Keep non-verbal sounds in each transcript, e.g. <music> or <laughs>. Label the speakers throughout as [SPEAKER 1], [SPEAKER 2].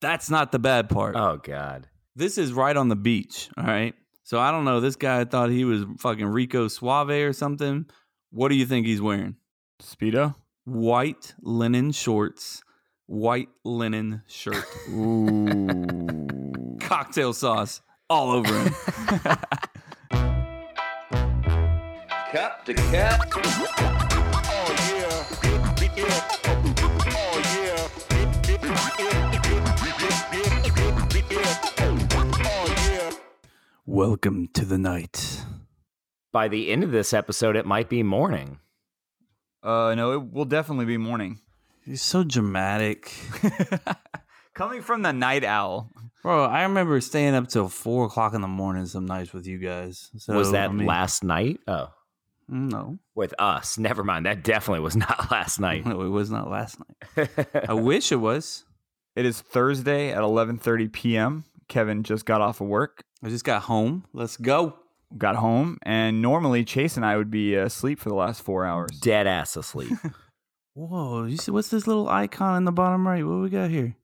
[SPEAKER 1] That's not the bad part.
[SPEAKER 2] Oh God.
[SPEAKER 1] This is right on the beach. All right. So I don't know. This guy thought he was fucking Rico Suave or something. What do you think he's wearing?
[SPEAKER 2] Speedo.
[SPEAKER 1] White linen shorts, white linen shirt,
[SPEAKER 2] Ooh.
[SPEAKER 1] <laughs> cocktail sauce all over him.
[SPEAKER 3] Cup to cup.
[SPEAKER 1] <laughs> Welcome to the night.
[SPEAKER 2] By the end of this episode, it might be morning.
[SPEAKER 4] Uh, no, it will definitely be morning.
[SPEAKER 1] He's so <laughs> dramatic.
[SPEAKER 4] Coming from the night owl.
[SPEAKER 1] Bro, I remember staying up till four o'clock in the morning some nights with you guys. So,
[SPEAKER 2] was that
[SPEAKER 1] I mean- mm,
[SPEAKER 2] last night? Oh,
[SPEAKER 1] No,
[SPEAKER 2] with us. Never mind. That definitely was <laughs> not last
[SPEAKER 1] <laughs>
[SPEAKER 2] night.
[SPEAKER 1] no, it was not last <laughs> night. I wish it was.
[SPEAKER 4] It is Thursday at 11:30 p.m. Kevin just got off of work,
[SPEAKER 1] I just got home. Let's go.
[SPEAKER 4] got home, and normally Chase and I would be asleep for the last four hours.
[SPEAKER 2] Dead
[SPEAKER 1] <laughs>
[SPEAKER 2] ass asleep.
[SPEAKER 1] Whoa, you see what's this little icon in the bottom right? What we got here?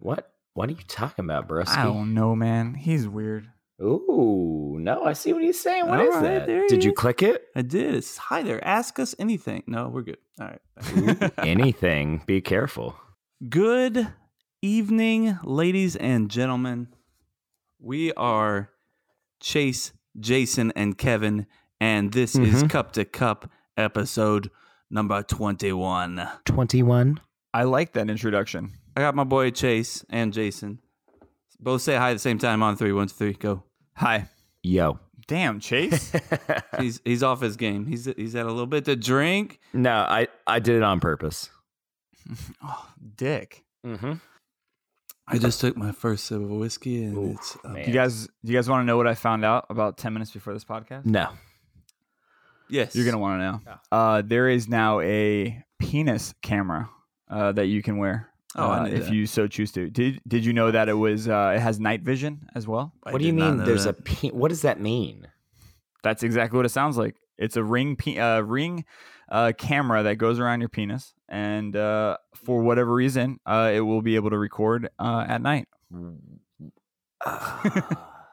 [SPEAKER 2] what? What are you talking about, Brusky?
[SPEAKER 4] I don't know, man. He's weird.
[SPEAKER 2] Ooh, no, I see what he's saying. What
[SPEAKER 1] All
[SPEAKER 2] is
[SPEAKER 1] right, there
[SPEAKER 2] that?
[SPEAKER 1] he
[SPEAKER 2] Did you
[SPEAKER 1] is.
[SPEAKER 2] click it?
[SPEAKER 1] <laughs> I did. It's hi there. Ask us anything. No, we're good. All
[SPEAKER 2] Ooh,
[SPEAKER 1] <laughs> right.
[SPEAKER 2] Anything. Be careful.
[SPEAKER 1] good evening, ladies and gentlemen. We are Chase, Jason, and Kevin, and this is
[SPEAKER 2] Mhm.
[SPEAKER 1] Cup to Cup episode number 21. I
[SPEAKER 2] 21.
[SPEAKER 4] I like that introduction.
[SPEAKER 1] got my boy Chase and Jason. Both say hi at the same time on three, one, two, three, go.
[SPEAKER 4] Hi.
[SPEAKER 1] <laughs>
[SPEAKER 2] Yo. <laughs>
[SPEAKER 4] Damn, Chase.
[SPEAKER 1] He's he's off his game. He's he's had a little bit to drink.
[SPEAKER 2] no, I, I did it on purpose.
[SPEAKER 4] oh, dick.
[SPEAKER 2] Mm-hmm.
[SPEAKER 1] I just took my first sip of whiskey and
[SPEAKER 2] Ooh,
[SPEAKER 1] it's um, up.
[SPEAKER 2] man.
[SPEAKER 4] You guys, do you guys want to know what I found out about 10 minutes before this podcast?
[SPEAKER 2] No.
[SPEAKER 1] yes.
[SPEAKER 4] You're gonna want to know. Uh, there is now a penis camera uh, that you can wear.
[SPEAKER 1] Oh, I
[SPEAKER 4] uh,
[SPEAKER 1] knew
[SPEAKER 4] if
[SPEAKER 1] that.
[SPEAKER 4] you so choose to. Did Did you know that it was? Uh, it has night vision as well.
[SPEAKER 1] I
[SPEAKER 2] what do you
[SPEAKER 1] did not
[SPEAKER 2] mean
[SPEAKER 1] know
[SPEAKER 2] there's
[SPEAKER 1] that.
[SPEAKER 2] a pe- What does that mean?
[SPEAKER 4] That's exactly what it sounds like. It's a ring pe- uh, ring uh, camera that goes around your penis, and uh, for whatever reason, uh, it will be able to record uh, at night. Ah.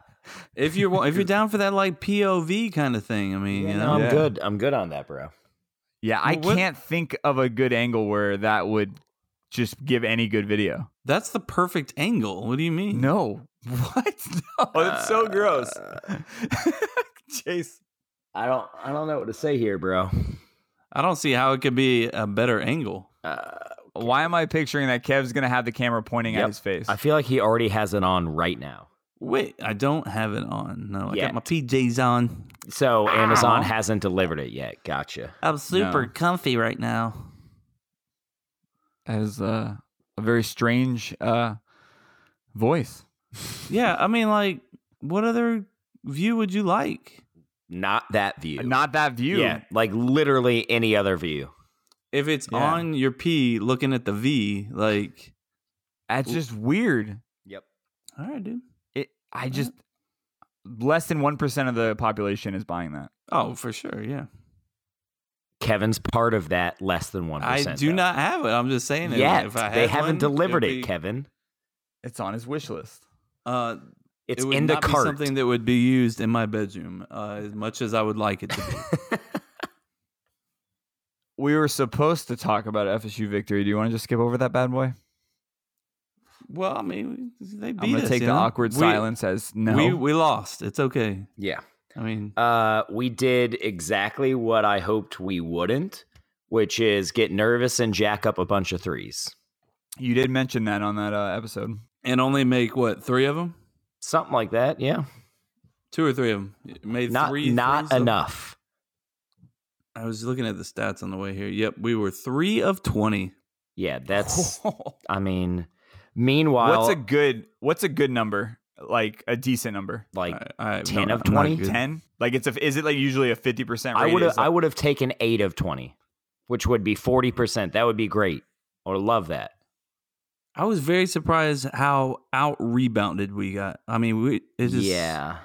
[SPEAKER 1] if you're wa- if
[SPEAKER 4] <laughs>
[SPEAKER 1] you're down for that like POV kind of thing, I mean, <laughs> you
[SPEAKER 2] no,
[SPEAKER 1] know,
[SPEAKER 2] I'm
[SPEAKER 4] Yeah.
[SPEAKER 2] good. I'm good on that, bro.
[SPEAKER 4] Yeah, I
[SPEAKER 1] Well, what-
[SPEAKER 4] can't think of a good angle where that would just give any good video.
[SPEAKER 1] that's the perfect angle. What do you mean?
[SPEAKER 4] No, <laughs> what? No, Oh, it's so gross. <laughs> Chase.
[SPEAKER 2] Uh, I don't. I don't know what to say here, bro.
[SPEAKER 1] I don't see how it could be a better angle.
[SPEAKER 2] Uh,
[SPEAKER 4] Why am I picturing that Kev's gonna have the camera pointing
[SPEAKER 2] Yep.
[SPEAKER 4] at his face?
[SPEAKER 2] I feel like he already has it on right now.
[SPEAKER 1] Wait, I don't have it on. No, I
[SPEAKER 2] Yet.
[SPEAKER 1] got my PJs on.
[SPEAKER 2] So Amazon
[SPEAKER 1] Ow.
[SPEAKER 2] hasn't delivered it yet. Gotcha.
[SPEAKER 1] I'm super
[SPEAKER 4] No.
[SPEAKER 1] comfy right now.
[SPEAKER 4] As uh, a very strange uh, voice.
[SPEAKER 1] Yeah, I mean, like, what other view would you like?
[SPEAKER 2] Not that view.
[SPEAKER 4] Not that view.
[SPEAKER 2] Yeah, like literally any other view.
[SPEAKER 1] If it's
[SPEAKER 4] Yeah.
[SPEAKER 1] on your P, looking at the V, like,
[SPEAKER 4] That's just weird.
[SPEAKER 2] Yep.
[SPEAKER 1] all right, dude.
[SPEAKER 4] It. I just less than one percent of the population is buying that.
[SPEAKER 1] Oh, for sure, yeah.
[SPEAKER 2] Kevin's part of that less than one
[SPEAKER 1] I
[SPEAKER 2] percent.
[SPEAKER 1] do not have it. I'm just saying it.
[SPEAKER 2] yet.
[SPEAKER 1] If I
[SPEAKER 2] they
[SPEAKER 1] had
[SPEAKER 2] haven't
[SPEAKER 1] one,
[SPEAKER 2] delivered
[SPEAKER 1] it'd
[SPEAKER 2] it,
[SPEAKER 1] be-
[SPEAKER 2] Kevin.
[SPEAKER 4] It's on his wish list.
[SPEAKER 1] Uh,
[SPEAKER 2] It's
[SPEAKER 1] it would
[SPEAKER 2] in the
[SPEAKER 1] not be
[SPEAKER 2] cart. <laughs>
[SPEAKER 1] something that would be used in my bedroom, uh, as much as I would like it to be. <laughs>
[SPEAKER 4] We were supposed to talk about FSU victory. Do you want to just skip over that bad boy?
[SPEAKER 1] well, I mean, they beat
[SPEAKER 4] I'm gonna
[SPEAKER 1] us,
[SPEAKER 4] take
[SPEAKER 1] you
[SPEAKER 4] the
[SPEAKER 1] know?
[SPEAKER 4] awkward
[SPEAKER 1] We-
[SPEAKER 4] silence as no.
[SPEAKER 1] We we lost. It's okay.
[SPEAKER 2] yeah.
[SPEAKER 1] I mean,
[SPEAKER 2] Uh, we did exactly what I hoped we wouldn't, which is get nervous and jack up a bunch of threes.
[SPEAKER 4] you did mention that on that uh, episode.
[SPEAKER 1] and only make what three of them?
[SPEAKER 2] Something like that. Yeah.
[SPEAKER 1] Two or three of them? Made
[SPEAKER 2] Not
[SPEAKER 1] three.
[SPEAKER 2] not
[SPEAKER 1] threes of-
[SPEAKER 2] enough.
[SPEAKER 1] I was looking at the stats on the way here. Yep, we were three of twenty.
[SPEAKER 2] Yeah,
[SPEAKER 1] <laughs>
[SPEAKER 2] that's I mean meanwhile
[SPEAKER 4] What's a good What's a good number? Like a decent number?
[SPEAKER 2] like
[SPEAKER 1] I- I-
[SPEAKER 2] 10
[SPEAKER 1] no,
[SPEAKER 2] of
[SPEAKER 1] I'm not
[SPEAKER 2] 20?
[SPEAKER 1] good.
[SPEAKER 4] Ten? Like it's a? Is it like usually a fifty percent?
[SPEAKER 2] I would have I would have taken 8 of 20, which would be 40%. That would be great. I would love that.
[SPEAKER 1] I was very surprised how out rebounded we got. I mean, we it just
[SPEAKER 2] yeah.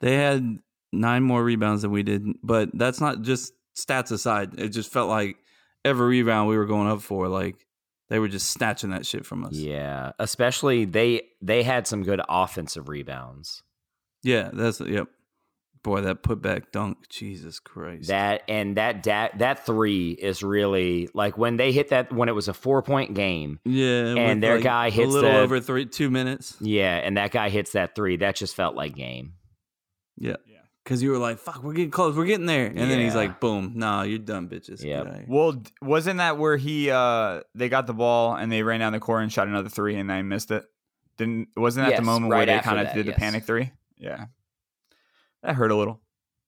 [SPEAKER 1] They had nine more rebounds than we did, but that's not just stats aside. It just felt like every rebound we were going up for, like They were just snatching that shit from us.
[SPEAKER 2] Yeah, especially they they had some good offensive rebounds.
[SPEAKER 1] Yeah, that's yep. Boy, that putback dunk, Jesus Christ.
[SPEAKER 2] That and that that that three is really like when they hit that when it was a four point game.
[SPEAKER 1] yeah, with,
[SPEAKER 2] and their
[SPEAKER 1] like,
[SPEAKER 2] guy hits
[SPEAKER 1] a little
[SPEAKER 2] the-
[SPEAKER 1] over three two minutes.
[SPEAKER 2] Yeah, and that guy hits that three. That just felt like game.
[SPEAKER 1] Because you were like, "Fuck, we're getting close, we're getting there," and then he's
[SPEAKER 2] Yeah.
[SPEAKER 1] like, "Boom, nah, you're done, bitches." Get
[SPEAKER 2] Yep.
[SPEAKER 1] outta here.
[SPEAKER 4] Well, d- wasn't that where he uh they got the ball and they ran down the court and shot another three and they missed it? Didn't wasn't that
[SPEAKER 2] Yes,
[SPEAKER 4] the moment
[SPEAKER 2] right
[SPEAKER 4] where they
[SPEAKER 2] after
[SPEAKER 4] kind of
[SPEAKER 2] that,
[SPEAKER 4] did
[SPEAKER 2] yes.
[SPEAKER 4] the panic three? Yeah, that hurt a little.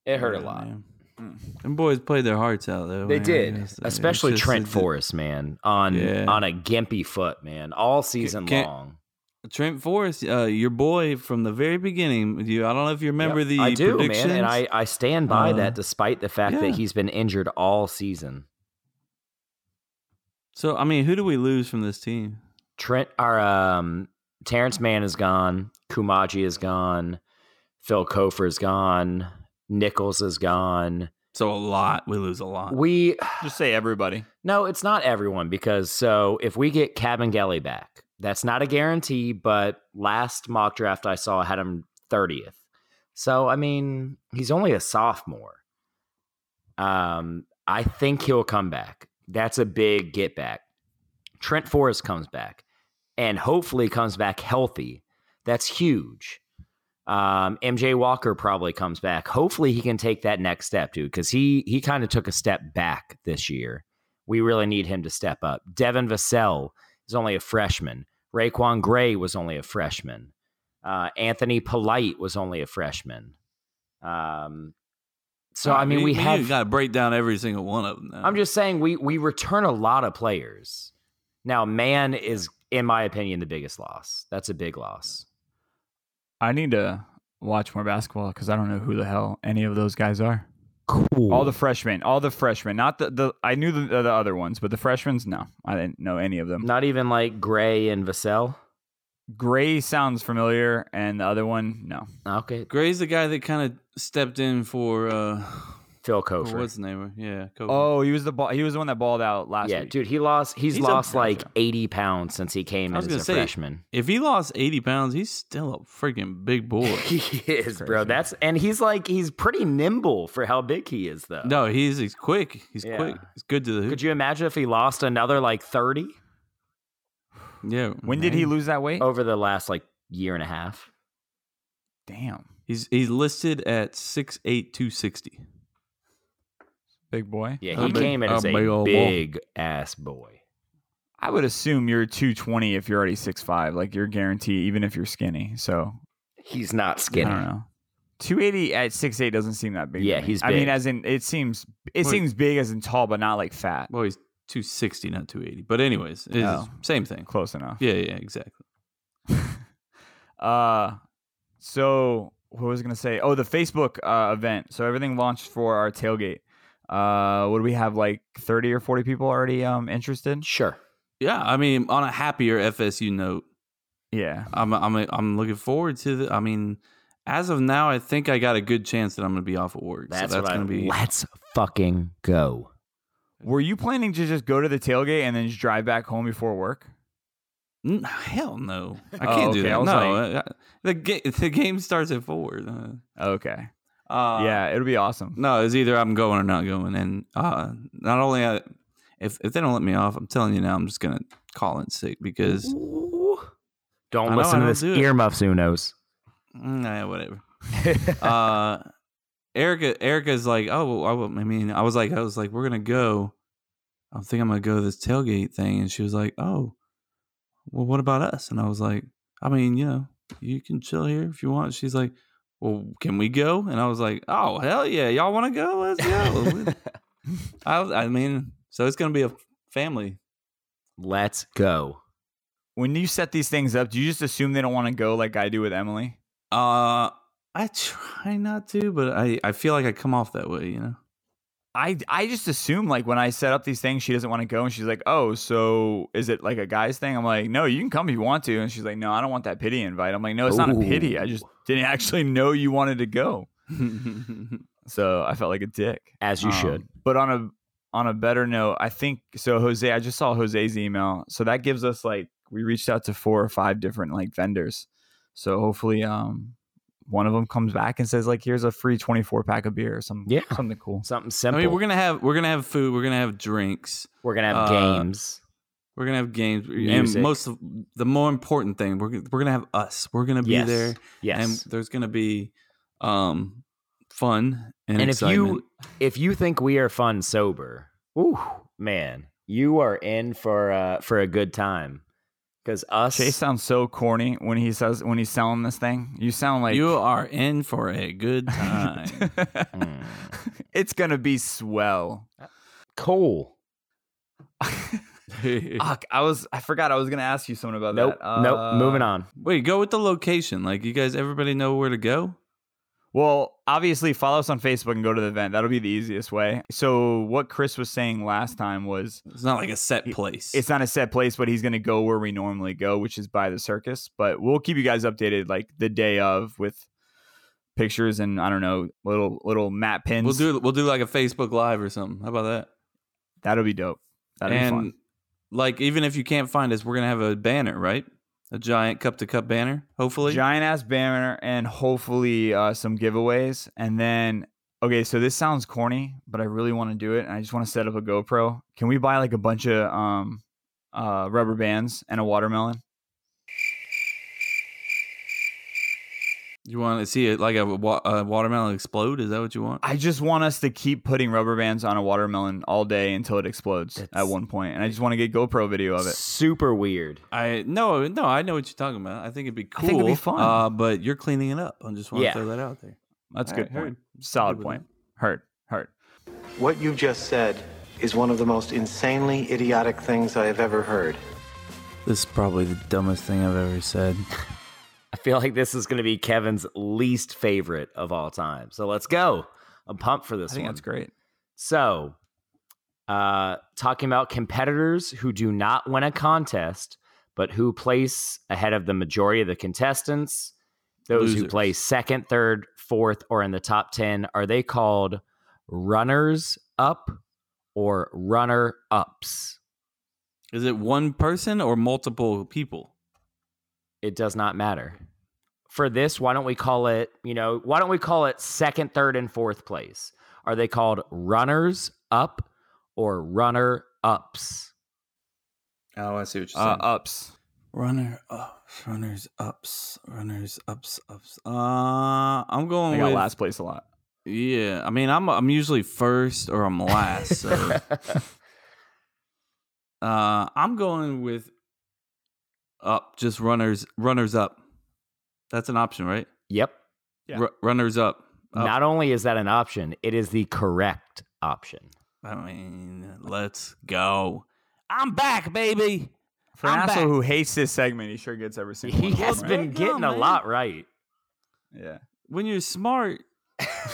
[SPEAKER 2] It
[SPEAKER 1] Yeah, man.
[SPEAKER 2] Mm.
[SPEAKER 1] Them boys played their hearts out though.
[SPEAKER 2] They
[SPEAKER 1] man.
[SPEAKER 2] did,
[SPEAKER 1] It's- it's
[SPEAKER 2] especially
[SPEAKER 1] just-
[SPEAKER 2] Trent
[SPEAKER 1] it's-
[SPEAKER 2] Forrest, man, on
[SPEAKER 1] Yeah.
[SPEAKER 2] on a gimpy foot, man, all season
[SPEAKER 1] can't-
[SPEAKER 2] long.
[SPEAKER 1] Trent Forrest, uh, your boy from the very beginning. You, I don't know if you remember
[SPEAKER 2] Yep.
[SPEAKER 1] the
[SPEAKER 2] I do,
[SPEAKER 1] predictions.
[SPEAKER 2] man, and I I stand by
[SPEAKER 1] Uh,
[SPEAKER 2] that despite the fact
[SPEAKER 1] yeah.
[SPEAKER 2] that he's been injured all season.
[SPEAKER 1] so I mean, who do we lose from this team?
[SPEAKER 2] Trent, our um, Terrence Mann is gone. Kumaji is gone. Phil Kofer is gone. Nichols is gone.
[SPEAKER 1] So a lot. We lose a lot.
[SPEAKER 2] We
[SPEAKER 4] Just say everybody.
[SPEAKER 2] no, it's not everyone because so if we get Cabangeli back, that's not a guarantee. But last mock draft I saw had him thirtieth. So I mean, he's only a sophomore. Um, I think he'll come back. That's a big get back. Trent Forrest comes back, and hopefully comes back healthy. That's huge. Um, MJ Walker probably comes back. Hopefully he can take that next step, dude, because he he kind of took a step back this year. We really need him to step up. Devin Vassell is only a freshman. Raquan Gray was only a freshman. Uh, Anthony Polite was only a freshman. Um, so I mean, we have
[SPEAKER 1] got to break down every single one of them. Now.
[SPEAKER 2] I'm just saying we we return a lot of players. Now, man is, in my opinion, the biggest loss. That's a big loss.
[SPEAKER 4] I need to watch more basketball because I don't know who the hell any of those guys are.
[SPEAKER 2] Cool.
[SPEAKER 4] All the freshmen, all the freshmen, not the, the I knew the, the other ones, but the freshmen's no, I didn't know any of them.
[SPEAKER 2] not even like Gray and Vassell.
[SPEAKER 4] Gray sounds familiar, and the other one no.
[SPEAKER 2] Okay,
[SPEAKER 1] Gray's the guy that kind of stepped in for
[SPEAKER 2] <laughs>
[SPEAKER 1] uh,
[SPEAKER 2] Phil
[SPEAKER 1] for
[SPEAKER 2] Kofer.
[SPEAKER 1] what's the name? Yeah, Kofi.
[SPEAKER 4] Oh, he was the ball. He was the one that balled out last
[SPEAKER 2] yeah,
[SPEAKER 4] week.
[SPEAKER 2] dude, he lost. He's,
[SPEAKER 1] He's a-
[SPEAKER 2] lost like 80 pounds since he came
[SPEAKER 1] I
[SPEAKER 2] in
[SPEAKER 1] was
[SPEAKER 2] as
[SPEAKER 1] gonna
[SPEAKER 2] a
[SPEAKER 1] say-
[SPEAKER 2] freshman.
[SPEAKER 1] If he lost 80 pounds, he's still a freaking big
[SPEAKER 2] <laughs>
[SPEAKER 1] boy.
[SPEAKER 2] he is, bro.
[SPEAKER 4] Crazy.
[SPEAKER 2] That's and he's like he's pretty nimble for how big he is, though.
[SPEAKER 1] no, he's he's quick. He's
[SPEAKER 2] Yeah.
[SPEAKER 1] quick. He's good to the hoop.
[SPEAKER 2] Could you imagine if he lost another like 30
[SPEAKER 1] yeah.
[SPEAKER 4] When did he
[SPEAKER 1] man.
[SPEAKER 4] lose that weight?
[SPEAKER 2] over the last like year and a half?
[SPEAKER 4] damn,
[SPEAKER 1] He's he's listed at 6'8", 260.
[SPEAKER 4] big boy.
[SPEAKER 2] Yeah,
[SPEAKER 1] A
[SPEAKER 2] he
[SPEAKER 1] big-
[SPEAKER 2] came in
[SPEAKER 1] a
[SPEAKER 2] as a
[SPEAKER 1] big
[SPEAKER 2] big,
[SPEAKER 1] ol' boy.
[SPEAKER 2] ass boy.
[SPEAKER 4] I would assume you're 220 if you're already 6'5. Like you're guaranteed, even if you're skinny. So
[SPEAKER 2] He's not
[SPEAKER 4] I
[SPEAKER 2] skinny.
[SPEAKER 4] don't know. 280 at 6'8 doesn't seem that big. to
[SPEAKER 2] Yeah,
[SPEAKER 4] me.
[SPEAKER 2] he's
[SPEAKER 4] I mean,
[SPEAKER 2] big.
[SPEAKER 4] as in, it seems
[SPEAKER 1] Wait.
[SPEAKER 4] it seems big as in tall, but not like fat.
[SPEAKER 1] Well, he's 260, not 280. But anyways, it's
[SPEAKER 4] Oh.
[SPEAKER 1] same thing.
[SPEAKER 4] Close enough.
[SPEAKER 1] Yeah, yeah, exactly.
[SPEAKER 4] Uh, so what was I gonna say? Oh, the Facebook uh, event. So everything launched for our tailgate. Uh, what do we have? Like 30 or 40 people already um interested?
[SPEAKER 2] Sure.
[SPEAKER 1] Yeah, I mean, on a happier FSU note,
[SPEAKER 4] Yeah.
[SPEAKER 1] I'm I'm I'm looking forward to the. I mean, as of now, I think I got a good chance that I'm going to be off of work.
[SPEAKER 2] That's,
[SPEAKER 1] so
[SPEAKER 2] what
[SPEAKER 1] that's
[SPEAKER 2] I
[SPEAKER 1] going to be.
[SPEAKER 2] Let's fucking go.
[SPEAKER 4] Were you planning to just go to the tailgate and then just drive back home before work?
[SPEAKER 1] N- hell no, I
[SPEAKER 4] Oh,
[SPEAKER 1] can't do
[SPEAKER 4] okay,
[SPEAKER 1] that.
[SPEAKER 4] I was
[SPEAKER 1] no, uh, the game <laughs> the game starts at four. Uh,
[SPEAKER 4] Okay.
[SPEAKER 1] uh,
[SPEAKER 4] yeah, it'll be awesome.
[SPEAKER 1] No, it's either I'm going or not going, and uh, not only I, if if they don't let me off, I'm telling you now, I'm just going to call in sick because I
[SPEAKER 2] Don't
[SPEAKER 1] know,
[SPEAKER 2] listen
[SPEAKER 1] I
[SPEAKER 2] to
[SPEAKER 1] don't
[SPEAKER 2] this
[SPEAKER 1] do it.
[SPEAKER 2] earmuffs Unos.
[SPEAKER 1] mm, nah, whatever. uh Erica Erica's like, oh, well, I, will- I mean, I was like, I was like, we're gonna go. I think I'm gonna go to this tailgate thing, and she was like, oh, well, what about us? And I was like, I mean, you know, you can chill here if you want. She's like, well, can we go? And I was like, oh, hell yeah, y'all want to go? Let's
[SPEAKER 2] <laughs>
[SPEAKER 1] go. I, I mean, so it's gonna be a family.
[SPEAKER 2] Let's go.
[SPEAKER 4] When you set these things up, do you just assume they don't want to go like I do with Emily?
[SPEAKER 1] Uh, I try not to, but I I feel like I come off that way, you
[SPEAKER 2] <laughs>
[SPEAKER 1] know.
[SPEAKER 4] I, I just assume like when I set up these things, she doesn't want to go, and she's like, "Oh, so is it like a guy's thing?" I'm like, "No, you can come if you want to," and she's like, "No, I don't want that pity invite." I'm like, "No, it's not a pity. I just didn't <laughs> actually know you wanted to go." So I felt like a dick.
[SPEAKER 2] As you should.
[SPEAKER 4] Um, But on a on a better note, I think so. Jose, I just saw Jose's email, so that gives us like we reached out to four or five different like vendors. So hopefully, um, one of them comes back and says like, "Here's a free 24 pack of beer or something,
[SPEAKER 2] Yeah.
[SPEAKER 4] something cool."
[SPEAKER 2] Something
[SPEAKER 1] I
[SPEAKER 2] simple.
[SPEAKER 1] mean, we're
[SPEAKER 2] we're gonna
[SPEAKER 1] gonna have we're gonna have food. We're gonna have drinks.
[SPEAKER 2] have
[SPEAKER 1] uh,
[SPEAKER 2] games.
[SPEAKER 1] We're gonna have games,
[SPEAKER 2] Music.
[SPEAKER 1] and most of the more important thing, we're gonna- we're gonna have us. We're gonna be
[SPEAKER 2] yes.
[SPEAKER 1] there,
[SPEAKER 2] Yes.
[SPEAKER 1] and there's gonna be um fun and,
[SPEAKER 2] And if you-
[SPEAKER 1] excitement.
[SPEAKER 2] if you think we are fun sober, ooh, man, you are in for uh, for a good time. Because us,
[SPEAKER 4] Chase sounds so corny when he says when he's selling this thing. You sound like <laughs>
[SPEAKER 1] you are in for a good
[SPEAKER 2] <laughs>
[SPEAKER 1] time.
[SPEAKER 2] Mm.
[SPEAKER 4] it's gonna be swell.
[SPEAKER 2] Cole.
[SPEAKER 4] Fuck, I was I forgot I was gonna ask you something about
[SPEAKER 2] Nope,
[SPEAKER 4] that. Uh,
[SPEAKER 2] nope. Moving on.
[SPEAKER 1] Wait, go with the location. Like you guys, everybody know where to go.
[SPEAKER 4] Well, obviously, follow us on Facebook and go to the event. That'll be the easiest way. So, what Chris was saying last time was
[SPEAKER 1] It's not like a set place.
[SPEAKER 4] it's not a set place, but he's going to go where we normally go, which is by the circus. But we'll keep you guys updated like the day of with pictures and I don't know little little map pins.
[SPEAKER 1] we'll do we'll do like a Facebook Live or something. How about that?
[SPEAKER 4] That'll be dope. That'll
[SPEAKER 1] and
[SPEAKER 4] be fun.
[SPEAKER 1] like even if you can't find us, we're gonna have a banner, right? A giant cup to cup banner, hopefully.
[SPEAKER 4] Giant ass banner and hopefully uh, some giveaways. And then okay, so this sounds corny, but I really want to do it, and I just want to set up a GoPro. Can we buy like a bunch of um uh rubber bands and a watermelon?
[SPEAKER 1] You want to see it like a, wa- a watermelon explode? Is that what you want?
[SPEAKER 4] I just want us to keep putting rubber bands on a watermelon all day until it explodes at
[SPEAKER 2] That's-
[SPEAKER 4] one point, and I just want to get GoPro video of it.
[SPEAKER 2] Super weird.
[SPEAKER 1] I no no I know what you're talking about. I think it'd be
[SPEAKER 4] I
[SPEAKER 1] cool.
[SPEAKER 4] think it'd be fun.
[SPEAKER 1] Uh, but you're cleaning it up. I just want
[SPEAKER 2] Yeah.
[SPEAKER 1] to throw that out there.
[SPEAKER 4] That's a
[SPEAKER 1] All right,
[SPEAKER 4] good point.
[SPEAKER 1] heard.
[SPEAKER 4] Solid
[SPEAKER 1] Good with
[SPEAKER 4] point. Heard. Heard.
[SPEAKER 5] What you just said is one of the most insanely idiotic things I have ever heard.
[SPEAKER 1] This is probably the dumbest thing I've ever said.
[SPEAKER 2] I feel like this is going to be Kevin's least favorite of all time. So let's go. I'm pumped for
[SPEAKER 4] I
[SPEAKER 2] this
[SPEAKER 4] think
[SPEAKER 2] one.
[SPEAKER 4] that's great.
[SPEAKER 2] So, uh, talking about competitors who do not win a contest, but who place ahead of the majority of the contestants, those who
[SPEAKER 1] Losers.
[SPEAKER 2] place second, third, fourth, or in the top 10, are they called runners up or runner ups?
[SPEAKER 1] Is it one person or multiple people?
[SPEAKER 2] It does not matter. For this, why don't we call it, you know, why don't we call it second, third, and fourth place? Are they called runners up or runner ups?
[SPEAKER 1] Oh, I see what
[SPEAKER 4] Uh, ups.
[SPEAKER 1] Runner up, runners ups, runners ups ups. Uh, I'm going
[SPEAKER 4] I got
[SPEAKER 1] with
[SPEAKER 4] last place a lot.
[SPEAKER 1] yeah. I mean, I'm I'm usually first or I'm last. So
[SPEAKER 4] <laughs>
[SPEAKER 1] uh, I'm going with up, just runners runners up. That's an option, right?
[SPEAKER 2] <laughs> Yep.
[SPEAKER 4] Yeah.
[SPEAKER 1] Ru- runners up. Up.
[SPEAKER 2] Not only is that an option, it is the correct option.
[SPEAKER 1] I mean, let's go. I'm back, baby.
[SPEAKER 4] For an
[SPEAKER 1] I'm
[SPEAKER 4] asshole
[SPEAKER 1] back.
[SPEAKER 4] who hates this segment, he sure gets every single
[SPEAKER 2] <laughs> He
[SPEAKER 4] one.
[SPEAKER 2] has
[SPEAKER 4] right?
[SPEAKER 2] been
[SPEAKER 1] There you go,
[SPEAKER 2] getting a
[SPEAKER 1] man.
[SPEAKER 2] lot right.
[SPEAKER 4] Yeah.
[SPEAKER 1] When you're
[SPEAKER 4] <laughs>
[SPEAKER 1] smart,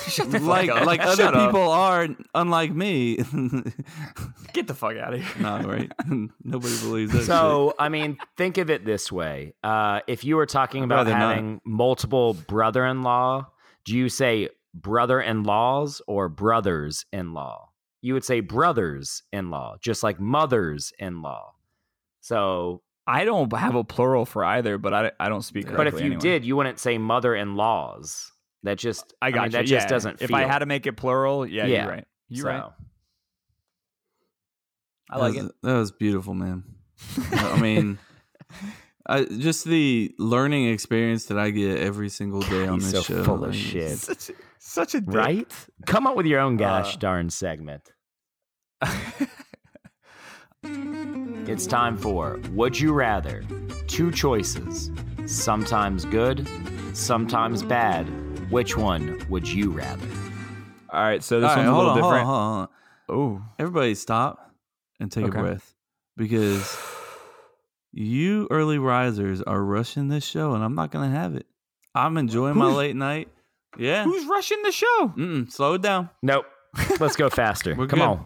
[SPEAKER 4] Shut the fuck
[SPEAKER 1] like
[SPEAKER 4] up.
[SPEAKER 1] like other
[SPEAKER 4] uh, Shut up.
[SPEAKER 1] people are, unlike me. <laughs>
[SPEAKER 4] Get the fuck out of here.
[SPEAKER 1] no, right? <laughs> Nobody believes that.
[SPEAKER 2] So, I mean, think of it this way. Uh, if you were talking
[SPEAKER 1] I'd
[SPEAKER 2] about
[SPEAKER 1] rather not.
[SPEAKER 2] having multiple brother in law, do you say brother in laws or brothers in law? You would say brothers in law, just like mothers in law. So,
[SPEAKER 4] <laughs> I don't have a plural for either, but I, I don't speak
[SPEAKER 1] But
[SPEAKER 4] correctly.
[SPEAKER 2] but if you
[SPEAKER 4] anyway.
[SPEAKER 2] did, you wouldn't say mother in laws. That just,
[SPEAKER 4] I got
[SPEAKER 2] mean,
[SPEAKER 4] you.
[SPEAKER 2] that
[SPEAKER 4] Yeah.
[SPEAKER 2] just doesn't
[SPEAKER 4] If
[SPEAKER 2] feel.
[SPEAKER 4] I had to make it plural, yeah,
[SPEAKER 2] Yeah.
[SPEAKER 4] you're right. You're
[SPEAKER 2] so.
[SPEAKER 4] right.
[SPEAKER 2] <laughs>
[SPEAKER 4] I like it.
[SPEAKER 1] That was beautiful, man. I mean, I, just the learning experience that I get every single day on
[SPEAKER 2] He's
[SPEAKER 1] this
[SPEAKER 2] so
[SPEAKER 1] show.
[SPEAKER 2] full of
[SPEAKER 1] like,
[SPEAKER 2] shit.
[SPEAKER 1] it's-
[SPEAKER 4] Such, such a dick.
[SPEAKER 2] Right? Come up with your own gosh
[SPEAKER 4] Uh,
[SPEAKER 2] darn segment.
[SPEAKER 1] <laughs>
[SPEAKER 2] It's time for Would You Rather? Two choices, sometimes good, sometimes bad. Which one would you rather?
[SPEAKER 4] All right. So
[SPEAKER 1] All
[SPEAKER 4] this
[SPEAKER 1] right,
[SPEAKER 4] one's a
[SPEAKER 1] hold on,
[SPEAKER 4] little
[SPEAKER 1] hold on,
[SPEAKER 4] different.
[SPEAKER 1] hold on, hold on.
[SPEAKER 4] Oh,
[SPEAKER 1] Everybody, stop and take
[SPEAKER 4] Okay.
[SPEAKER 1] a breath because you early risers are rushing this show, and I'm not gonna have it. I'm enjoying my
[SPEAKER 4] Who's-
[SPEAKER 1] late night. Yeah.
[SPEAKER 4] who's rushing the show?
[SPEAKER 1] Mm-mm, slow it down. <laughs>
[SPEAKER 2] Nope. Let's go faster.
[SPEAKER 1] We're
[SPEAKER 2] Come
[SPEAKER 1] good.
[SPEAKER 2] on.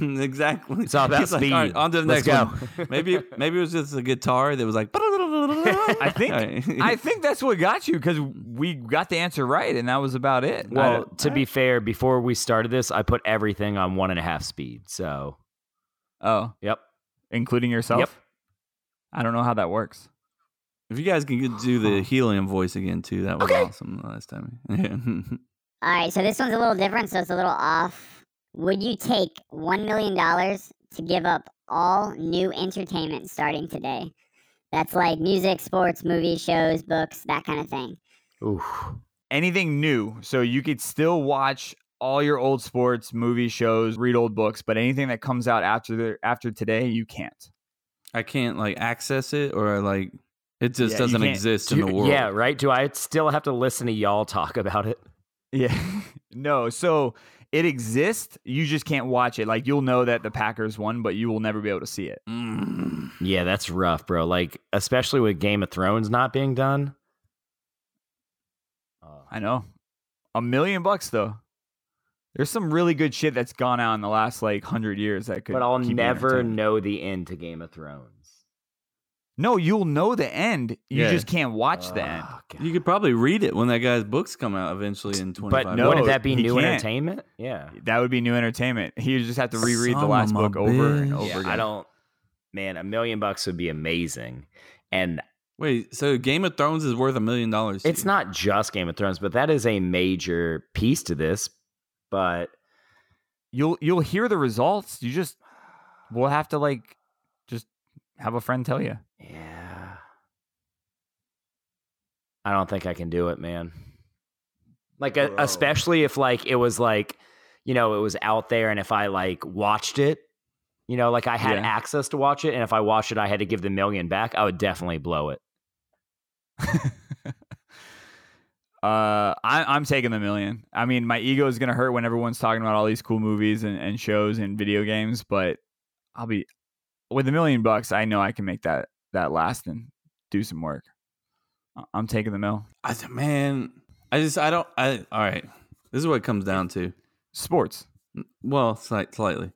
[SPEAKER 1] exactly.
[SPEAKER 2] It's all about
[SPEAKER 1] He's like, "All right,
[SPEAKER 2] speed.
[SPEAKER 1] on to the
[SPEAKER 2] Let's
[SPEAKER 1] next one. maybe maybe it was just a guitar that was like <laughs>
[SPEAKER 4] I think
[SPEAKER 1] Alright.
[SPEAKER 4] <laughs> I think that's what got you because we got the answer right, and that was about it.
[SPEAKER 2] Well, to be fair, before we started this, I put everything on one and a half speed. So,
[SPEAKER 4] oh,
[SPEAKER 2] yep.
[SPEAKER 4] including yourself.
[SPEAKER 2] Yep.
[SPEAKER 4] I don't know how that works.
[SPEAKER 1] If you guys can do the helium voice again too, that was
[SPEAKER 2] Okay.
[SPEAKER 1] awesome the last time. <laughs> Yeah.
[SPEAKER 6] All right, so this one's a little different, so it's a little off. Would you take $1 million to give up all new entertainment starting today? That's like music, sports, movies, shows, books, that kind of thing.
[SPEAKER 2] Oof.
[SPEAKER 4] Anything new, so you could still watch all your old sports, movie shows, read old books, but anything that comes out after the, after today, you can't. <laughs>
[SPEAKER 1] I can't like access it or like it just
[SPEAKER 4] Yeah, you
[SPEAKER 1] doesn't
[SPEAKER 4] can't
[SPEAKER 1] exist in
[SPEAKER 2] Do-
[SPEAKER 1] the world.
[SPEAKER 2] Yeah, right. Do I still have to listen to y'all talk about it?
[SPEAKER 4] Yeah. no. So it exists. You just can't watch it. Like you'll know that the Packers won, but you will never be able to see it.
[SPEAKER 1] Mm.
[SPEAKER 2] Yeah, that's rough, bro. Like, especially with Game of Thrones not being done. Oh.
[SPEAKER 4] I know. A million bucks though. There's some really good shit that's gone out in the last like hundred years that could.
[SPEAKER 2] but I'll
[SPEAKER 4] keep you
[SPEAKER 2] never
[SPEAKER 4] entertained.
[SPEAKER 2] know the end to Game of Thrones.
[SPEAKER 4] No, you'll know the end. You
[SPEAKER 1] Yeah.
[SPEAKER 4] just can't watch the end.
[SPEAKER 2] Oh, God.
[SPEAKER 1] You could probably read it when that guy's books come out eventually in twenty five.
[SPEAKER 2] but
[SPEAKER 4] no,
[SPEAKER 2] wouldn't that be
[SPEAKER 4] he
[SPEAKER 2] new
[SPEAKER 4] can't.
[SPEAKER 2] entertainment? Yeah.
[SPEAKER 4] That would be new entertainment. You just have to reread
[SPEAKER 1] Son
[SPEAKER 4] the
[SPEAKER 1] of
[SPEAKER 4] last
[SPEAKER 1] a
[SPEAKER 4] book over and
[SPEAKER 1] bitch.
[SPEAKER 4] over
[SPEAKER 2] Yeah,
[SPEAKER 4] again.
[SPEAKER 2] I don't. Man, a million bucks would be amazing, and
[SPEAKER 1] Wait, so Game of Thrones is worth a million dollars? to
[SPEAKER 2] it's
[SPEAKER 1] you?
[SPEAKER 2] not just Game of Thrones, but that is a major piece to this. But
[SPEAKER 4] You'll you'll hear the results. You just we'll have to like just have a friend tell you.
[SPEAKER 2] yeah, I don't think I can do it, man. Like, a,
[SPEAKER 1] Bro.
[SPEAKER 2] especially if like it was like, you know, it was out there, and if I like watched it, you know, like I had
[SPEAKER 4] Yeah.
[SPEAKER 2] access to watch it, and if I watched it, I had to give the million back. I would definitely blow it.
[SPEAKER 4] Uh, I, I'm taking the million. I mean, my ego is gonna hurt when everyone's talking about all these cool movies and, and shows and video games, but I'll be with a million bucks. I know I can make that that last and do some work. I- I'm taking the mill.
[SPEAKER 1] I th- man, I just I don't. I all right. This is what it comes down to.
[SPEAKER 4] Sports. <laughs>
[SPEAKER 1] Well, slight, slightly.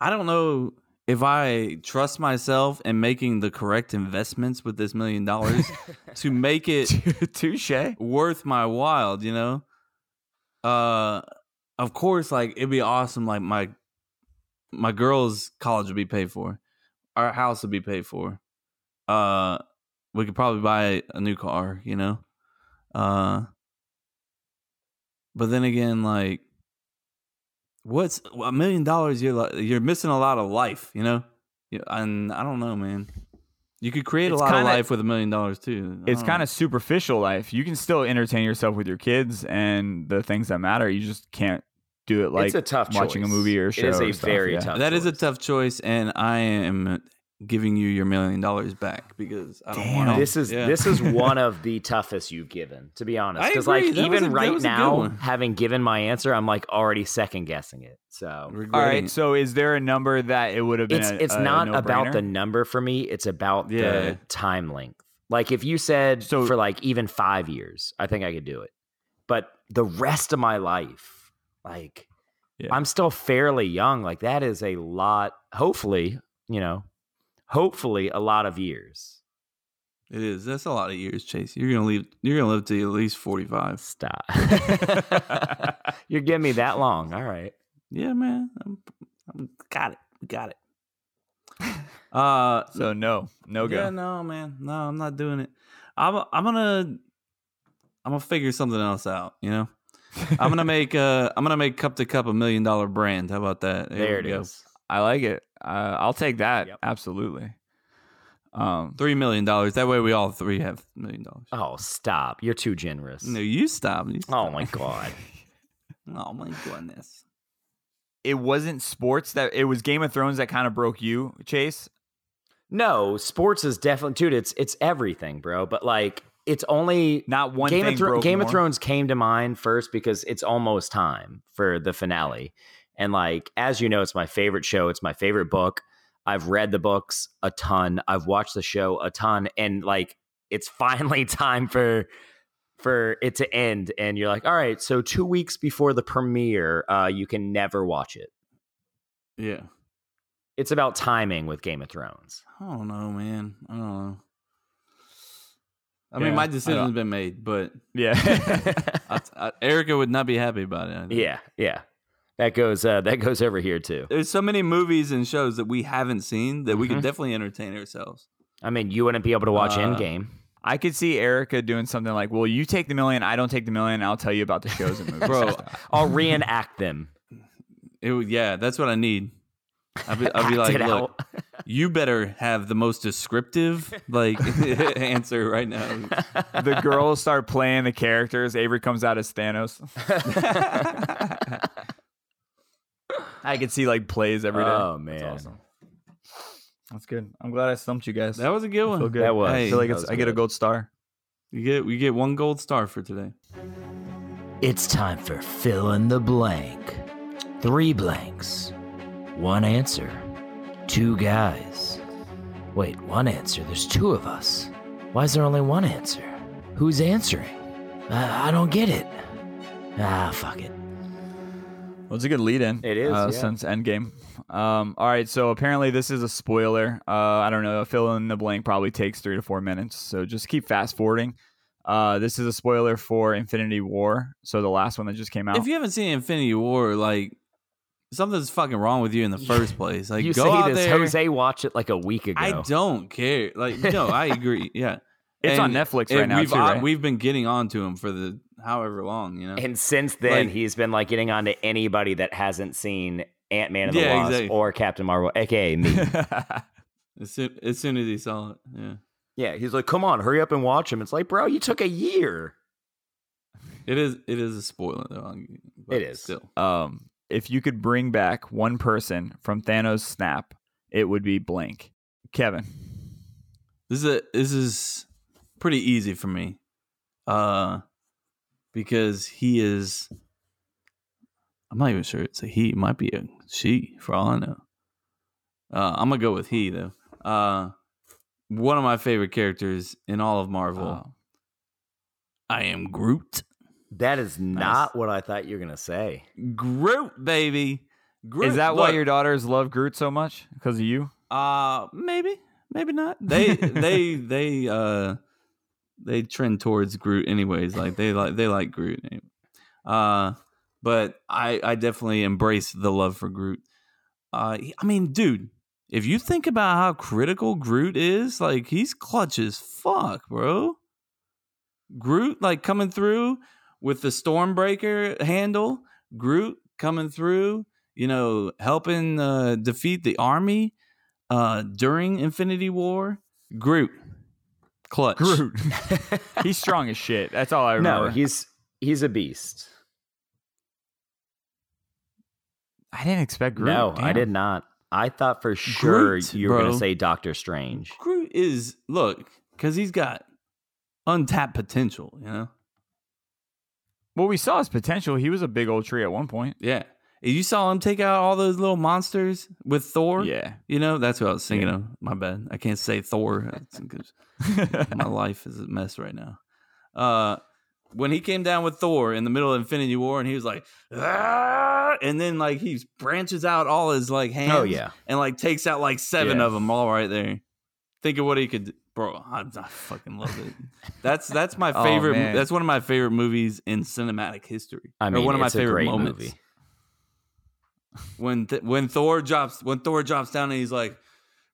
[SPEAKER 1] I don't know if I trust myself in making the correct investments with this million
[SPEAKER 2] <laughs>
[SPEAKER 1] dollars to make it
[SPEAKER 4] Touche.
[SPEAKER 1] worth my while, you know? Uh of course like it'd be awesome like my my girl's college would be paid for. Our house would be paid for. Uh we could probably buy a new car, you know? Uh but then again like what's a million dollars you're like, you're missing a lot of life, you know? You- And I don't know, man. You could create
[SPEAKER 4] It's
[SPEAKER 1] a lot
[SPEAKER 4] kinda-
[SPEAKER 1] of life with a million dollars too. I
[SPEAKER 2] Mm.
[SPEAKER 4] It's
[SPEAKER 1] don't know.
[SPEAKER 4] kind of superficial life. You can still entertain yourself with your kids and the things that matter. You just can't do it like
[SPEAKER 2] it's a tough
[SPEAKER 4] watching a
[SPEAKER 2] choice.
[SPEAKER 4] movie or
[SPEAKER 2] It is
[SPEAKER 4] show
[SPEAKER 2] a
[SPEAKER 4] or stuff,
[SPEAKER 2] very
[SPEAKER 4] yeah.
[SPEAKER 2] tough.
[SPEAKER 1] That is a
[SPEAKER 2] choice.
[SPEAKER 1] tough choice, and I am giving you your million dollars back because I don't
[SPEAKER 4] Damn.
[SPEAKER 1] want to.
[SPEAKER 2] This is this is
[SPEAKER 1] <laughs>
[SPEAKER 2] one of the toughest you've given, to be honest.
[SPEAKER 1] I
[SPEAKER 2] Because like
[SPEAKER 1] agree. That was
[SPEAKER 2] even
[SPEAKER 1] a- that
[SPEAKER 2] right
[SPEAKER 1] was a good
[SPEAKER 2] now,
[SPEAKER 1] one.
[SPEAKER 2] having given my answer, I'm like already second guessing it. So
[SPEAKER 1] Regretting
[SPEAKER 4] All right.
[SPEAKER 1] it.
[SPEAKER 4] So, is there a number that it would have been?
[SPEAKER 2] it's
[SPEAKER 4] a-
[SPEAKER 2] it's
[SPEAKER 4] a
[SPEAKER 2] not about
[SPEAKER 4] no-brainer?
[SPEAKER 2] the number for me. It's about
[SPEAKER 1] Yeah.
[SPEAKER 2] the time length. Like if you said
[SPEAKER 4] So-
[SPEAKER 2] for like even five years, I think I could do it. But the rest of my life, like
[SPEAKER 4] Yeah.
[SPEAKER 2] I'm still fairly young. Like that is a lot. Hopefully, you know, hopefully a lot of years.
[SPEAKER 1] it is. That's a lot of years, Chase. You're gonna leave. You're gonna live to at least forty five.
[SPEAKER 2] Stop. <laughs> You're giving me that long. All right.
[SPEAKER 1] Yeah, man. I'm, I'm got it. Got
[SPEAKER 2] <laughs>
[SPEAKER 1] it. Uh,
[SPEAKER 4] So no, no go.
[SPEAKER 1] yeah, no, man, no, I'm not doing it. I'm I'm gonna I'm gonna figure something else out. You know, I'm
[SPEAKER 2] <laughs>
[SPEAKER 1] gonna make uh I'm gonna make cup to cup a million dollar brand. How about that?
[SPEAKER 2] There, it
[SPEAKER 1] we
[SPEAKER 2] is.
[SPEAKER 1] go.
[SPEAKER 4] I like it. Uh, I'll take that.
[SPEAKER 2] Yep.
[SPEAKER 4] Absolutely. Um,
[SPEAKER 1] Three million dollars. That way, we all three have million dollars.
[SPEAKER 2] Oh, stop. You're too generous.
[SPEAKER 1] No, you stop. You
[SPEAKER 2] Oh
[SPEAKER 1] stop.
[SPEAKER 2] my god.
[SPEAKER 1] Oh my goodness.
[SPEAKER 4] it wasn't sports that it was Game of Thrones that kind of broke you, Chase.
[SPEAKER 2] No, sports is definitely dude, it's it's everything, bro. But like it's only
[SPEAKER 4] Not one
[SPEAKER 2] Game,
[SPEAKER 4] thing
[SPEAKER 2] of, Thro-
[SPEAKER 4] broke
[SPEAKER 2] Game of
[SPEAKER 4] more.
[SPEAKER 2] Thrones came to mind first because it's almost time for the finale. And like as you know, it's my favorite show, it's my favorite book. I've read the books a ton. I've watched the show a ton and like it's <laughs> finally time for for it to end and you're like, "All right, so 2 weeks before the premiere, uh you can never watch it."
[SPEAKER 1] Yeah.
[SPEAKER 2] It's about timing with Game of Thrones.
[SPEAKER 1] I don't know, man. I don't know. I mean,
[SPEAKER 4] Yeah,
[SPEAKER 1] my
[SPEAKER 4] I
[SPEAKER 1] decision's
[SPEAKER 4] don't-
[SPEAKER 1] been made, but
[SPEAKER 4] Yeah.
[SPEAKER 1] <laughs> I, I, Erica would not be happy about it. I think.
[SPEAKER 2] yeah, yeah. That goes uh, that <laughs> goes over here too.
[SPEAKER 1] There's so many movies and shows that we haven't seen that we
[SPEAKER 2] Mhm.
[SPEAKER 1] could definitely entertain ourselves.
[SPEAKER 2] I mean, you wouldn't be able to watch
[SPEAKER 1] Uh,
[SPEAKER 2] Endgame.
[SPEAKER 4] I could see Erica doing something like, "Well, you take the million, I don't take the million. I'll tell you about the
[SPEAKER 2] <laughs>
[SPEAKER 4] shows and movies."
[SPEAKER 1] Bro,
[SPEAKER 2] I'll reenact them.
[SPEAKER 1] It would, yeah, that's what I need. I'd be, I'd be
[SPEAKER 2] Act
[SPEAKER 1] like,
[SPEAKER 2] it
[SPEAKER 1] look,
[SPEAKER 2] out.
[SPEAKER 1] you better have the most descriptive like <laughs> answer right now.
[SPEAKER 4] the girls start playing the characters. Avery comes out as
[SPEAKER 2] <laughs>
[SPEAKER 4] Thanos. I could see like plays every day.
[SPEAKER 2] Oh, man.
[SPEAKER 4] that's awesome. That's good. I'm glad I stumped you guys.
[SPEAKER 1] That was a good
[SPEAKER 4] I feel
[SPEAKER 1] one.
[SPEAKER 4] good.
[SPEAKER 2] That was.
[SPEAKER 4] I feel like
[SPEAKER 2] That
[SPEAKER 4] it's,
[SPEAKER 2] was
[SPEAKER 4] I get a
[SPEAKER 2] good.
[SPEAKER 4] gold star.
[SPEAKER 1] You get we get one gold star for today.
[SPEAKER 2] It's time for fill in the blank. Three blanks. One answer. Two guys. Wait, one answer. There's two of us. Why is there only one answer? Who's answering? Uh, I, I don't get it. Ah, fuck it.
[SPEAKER 4] Well, it's a good lead in.
[SPEAKER 2] It is,
[SPEAKER 4] Uh,
[SPEAKER 2] yeah.
[SPEAKER 4] Since Endgame. Um, all right. So apparently, this is a spoiler. Uh, I don't know. Fill in the blank probably takes three to four minutes. So just keep fast forwarding. Uh, this is a spoiler for Infinity War. So the last one that just came out.
[SPEAKER 1] If you haven't seen Infinity War, like something's fucking wrong with you in the first place. Like
[SPEAKER 2] you
[SPEAKER 1] go
[SPEAKER 2] say
[SPEAKER 1] out
[SPEAKER 2] this.
[SPEAKER 1] there.
[SPEAKER 2] Jose watched it like a week ago.
[SPEAKER 1] I don't care. Like no, I agree. Yeah,
[SPEAKER 4] it's on
[SPEAKER 1] and-
[SPEAKER 4] Netflix
[SPEAKER 1] And
[SPEAKER 4] right now,
[SPEAKER 1] we've
[SPEAKER 4] too.
[SPEAKER 1] uh,
[SPEAKER 4] Right?
[SPEAKER 1] we've been getting on to him for the however long, you know.
[SPEAKER 2] And since then,
[SPEAKER 1] Like-
[SPEAKER 2] he's been like getting on to anybody that hasn't seen Ant Man and the
[SPEAKER 1] Yeah,
[SPEAKER 2] Wasp
[SPEAKER 1] exactly.
[SPEAKER 2] or Captain Marvel, aka
[SPEAKER 4] <laughs>
[SPEAKER 2] me.
[SPEAKER 1] as, soon, as soon as he saw it, yeah,
[SPEAKER 2] yeah, he's like, come on, hurry up and watch him. It's like, bro, you took a year.
[SPEAKER 1] it is it is a spoiler though. I'll- but
[SPEAKER 2] It is.
[SPEAKER 1] still.
[SPEAKER 4] um, if you could bring back one person from Thanos' snap, it would be blank. Kevin.
[SPEAKER 1] This is a, this is pretty easy for me, uh, because he is. I'm not even sure it's a he. It might be a she, for all I know. Uh, I'm gonna go with he though. Uh, one of my favorite characters in all of Marvel.
[SPEAKER 4] Wow.
[SPEAKER 1] I am Groot.
[SPEAKER 2] That is not what I thought you were gonna say.
[SPEAKER 1] Groot, baby. Groot.
[SPEAKER 4] Is that why
[SPEAKER 1] Look,
[SPEAKER 4] your daughters love Groot so much? Because of you?
[SPEAKER 1] Uh maybe, maybe not. They they they uh they trend towards Groot anyways. Like they like they like Groot. anyway. Uh but I I definitely embrace the love for Groot. Uh he- I mean, dude, if you think about how critical Groot is, like he's clutch as fuck, bro. Groot like coming through with the Stormbreaker handle, Groot coming through, you know, helping uh, defeat the army uh during Infinity War, Groot, clutch.
[SPEAKER 4] Groot. <laughs> He's strong as shit. That's all I remember.
[SPEAKER 2] No, he's he's a beast.
[SPEAKER 4] I didn't expect Groot.
[SPEAKER 2] no, I
[SPEAKER 4] Damn.
[SPEAKER 2] did not. I thought for sure
[SPEAKER 1] Groot,
[SPEAKER 2] you were
[SPEAKER 1] bro.
[SPEAKER 2] gonna say Doctor Strange.
[SPEAKER 1] Groot is look because he's got untapped potential. You know,
[SPEAKER 4] Well, we saw his potential. He was a big old tree at one point.
[SPEAKER 1] yeah. You saw him take out all those little monsters with Thor.
[SPEAKER 4] Yeah.
[SPEAKER 1] You know, that's what I was thinking of. My bad. I can't say Thor. It's 'cause my life is a mess right now. Uh, when he came down with Thor in the middle of Infinity War, and he was like, "Ah!" and then like he branches out all his like hands.
[SPEAKER 2] Oh yeah.
[SPEAKER 1] and like takes out like seven
[SPEAKER 4] Yeah.
[SPEAKER 1] of them all right there. Think of what he could, do. bro. I, I fucking love it. That's that's
[SPEAKER 2] <laughs>
[SPEAKER 1] my
[SPEAKER 4] Oh,
[SPEAKER 1] favorite.
[SPEAKER 4] man.
[SPEAKER 1] that's one of my favorite movies in cinematic history.
[SPEAKER 2] I mean,
[SPEAKER 1] or one of my
[SPEAKER 2] it's a
[SPEAKER 1] favorite
[SPEAKER 2] great
[SPEAKER 1] moments
[SPEAKER 2] movie.
[SPEAKER 1] when th- when Thor drops when Thor drops down and he's like,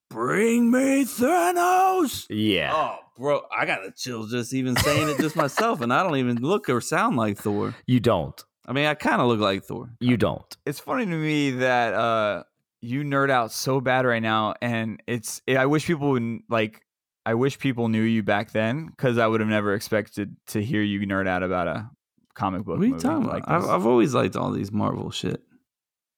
[SPEAKER 1] "Bring me Thanos."
[SPEAKER 2] Yeah.
[SPEAKER 1] Oh, bro, I got the chills just even saying it just myself, and I don't even look or sound like Thor.
[SPEAKER 2] You don't.
[SPEAKER 1] I mean, I kind of look like Thor.
[SPEAKER 2] You don't.
[SPEAKER 4] it's funny to me that uh, you nerd out so bad right now, and it's. eh, I wish people would like. I wish people knew you back then, because I would have never expected to hear you nerd out about a comic book.
[SPEAKER 1] What are you
[SPEAKER 4] movie
[SPEAKER 1] talking about?
[SPEAKER 4] like
[SPEAKER 1] I've,
[SPEAKER 4] this.
[SPEAKER 1] I've always liked all these Marvel
[SPEAKER 2] <laughs>
[SPEAKER 1] shit.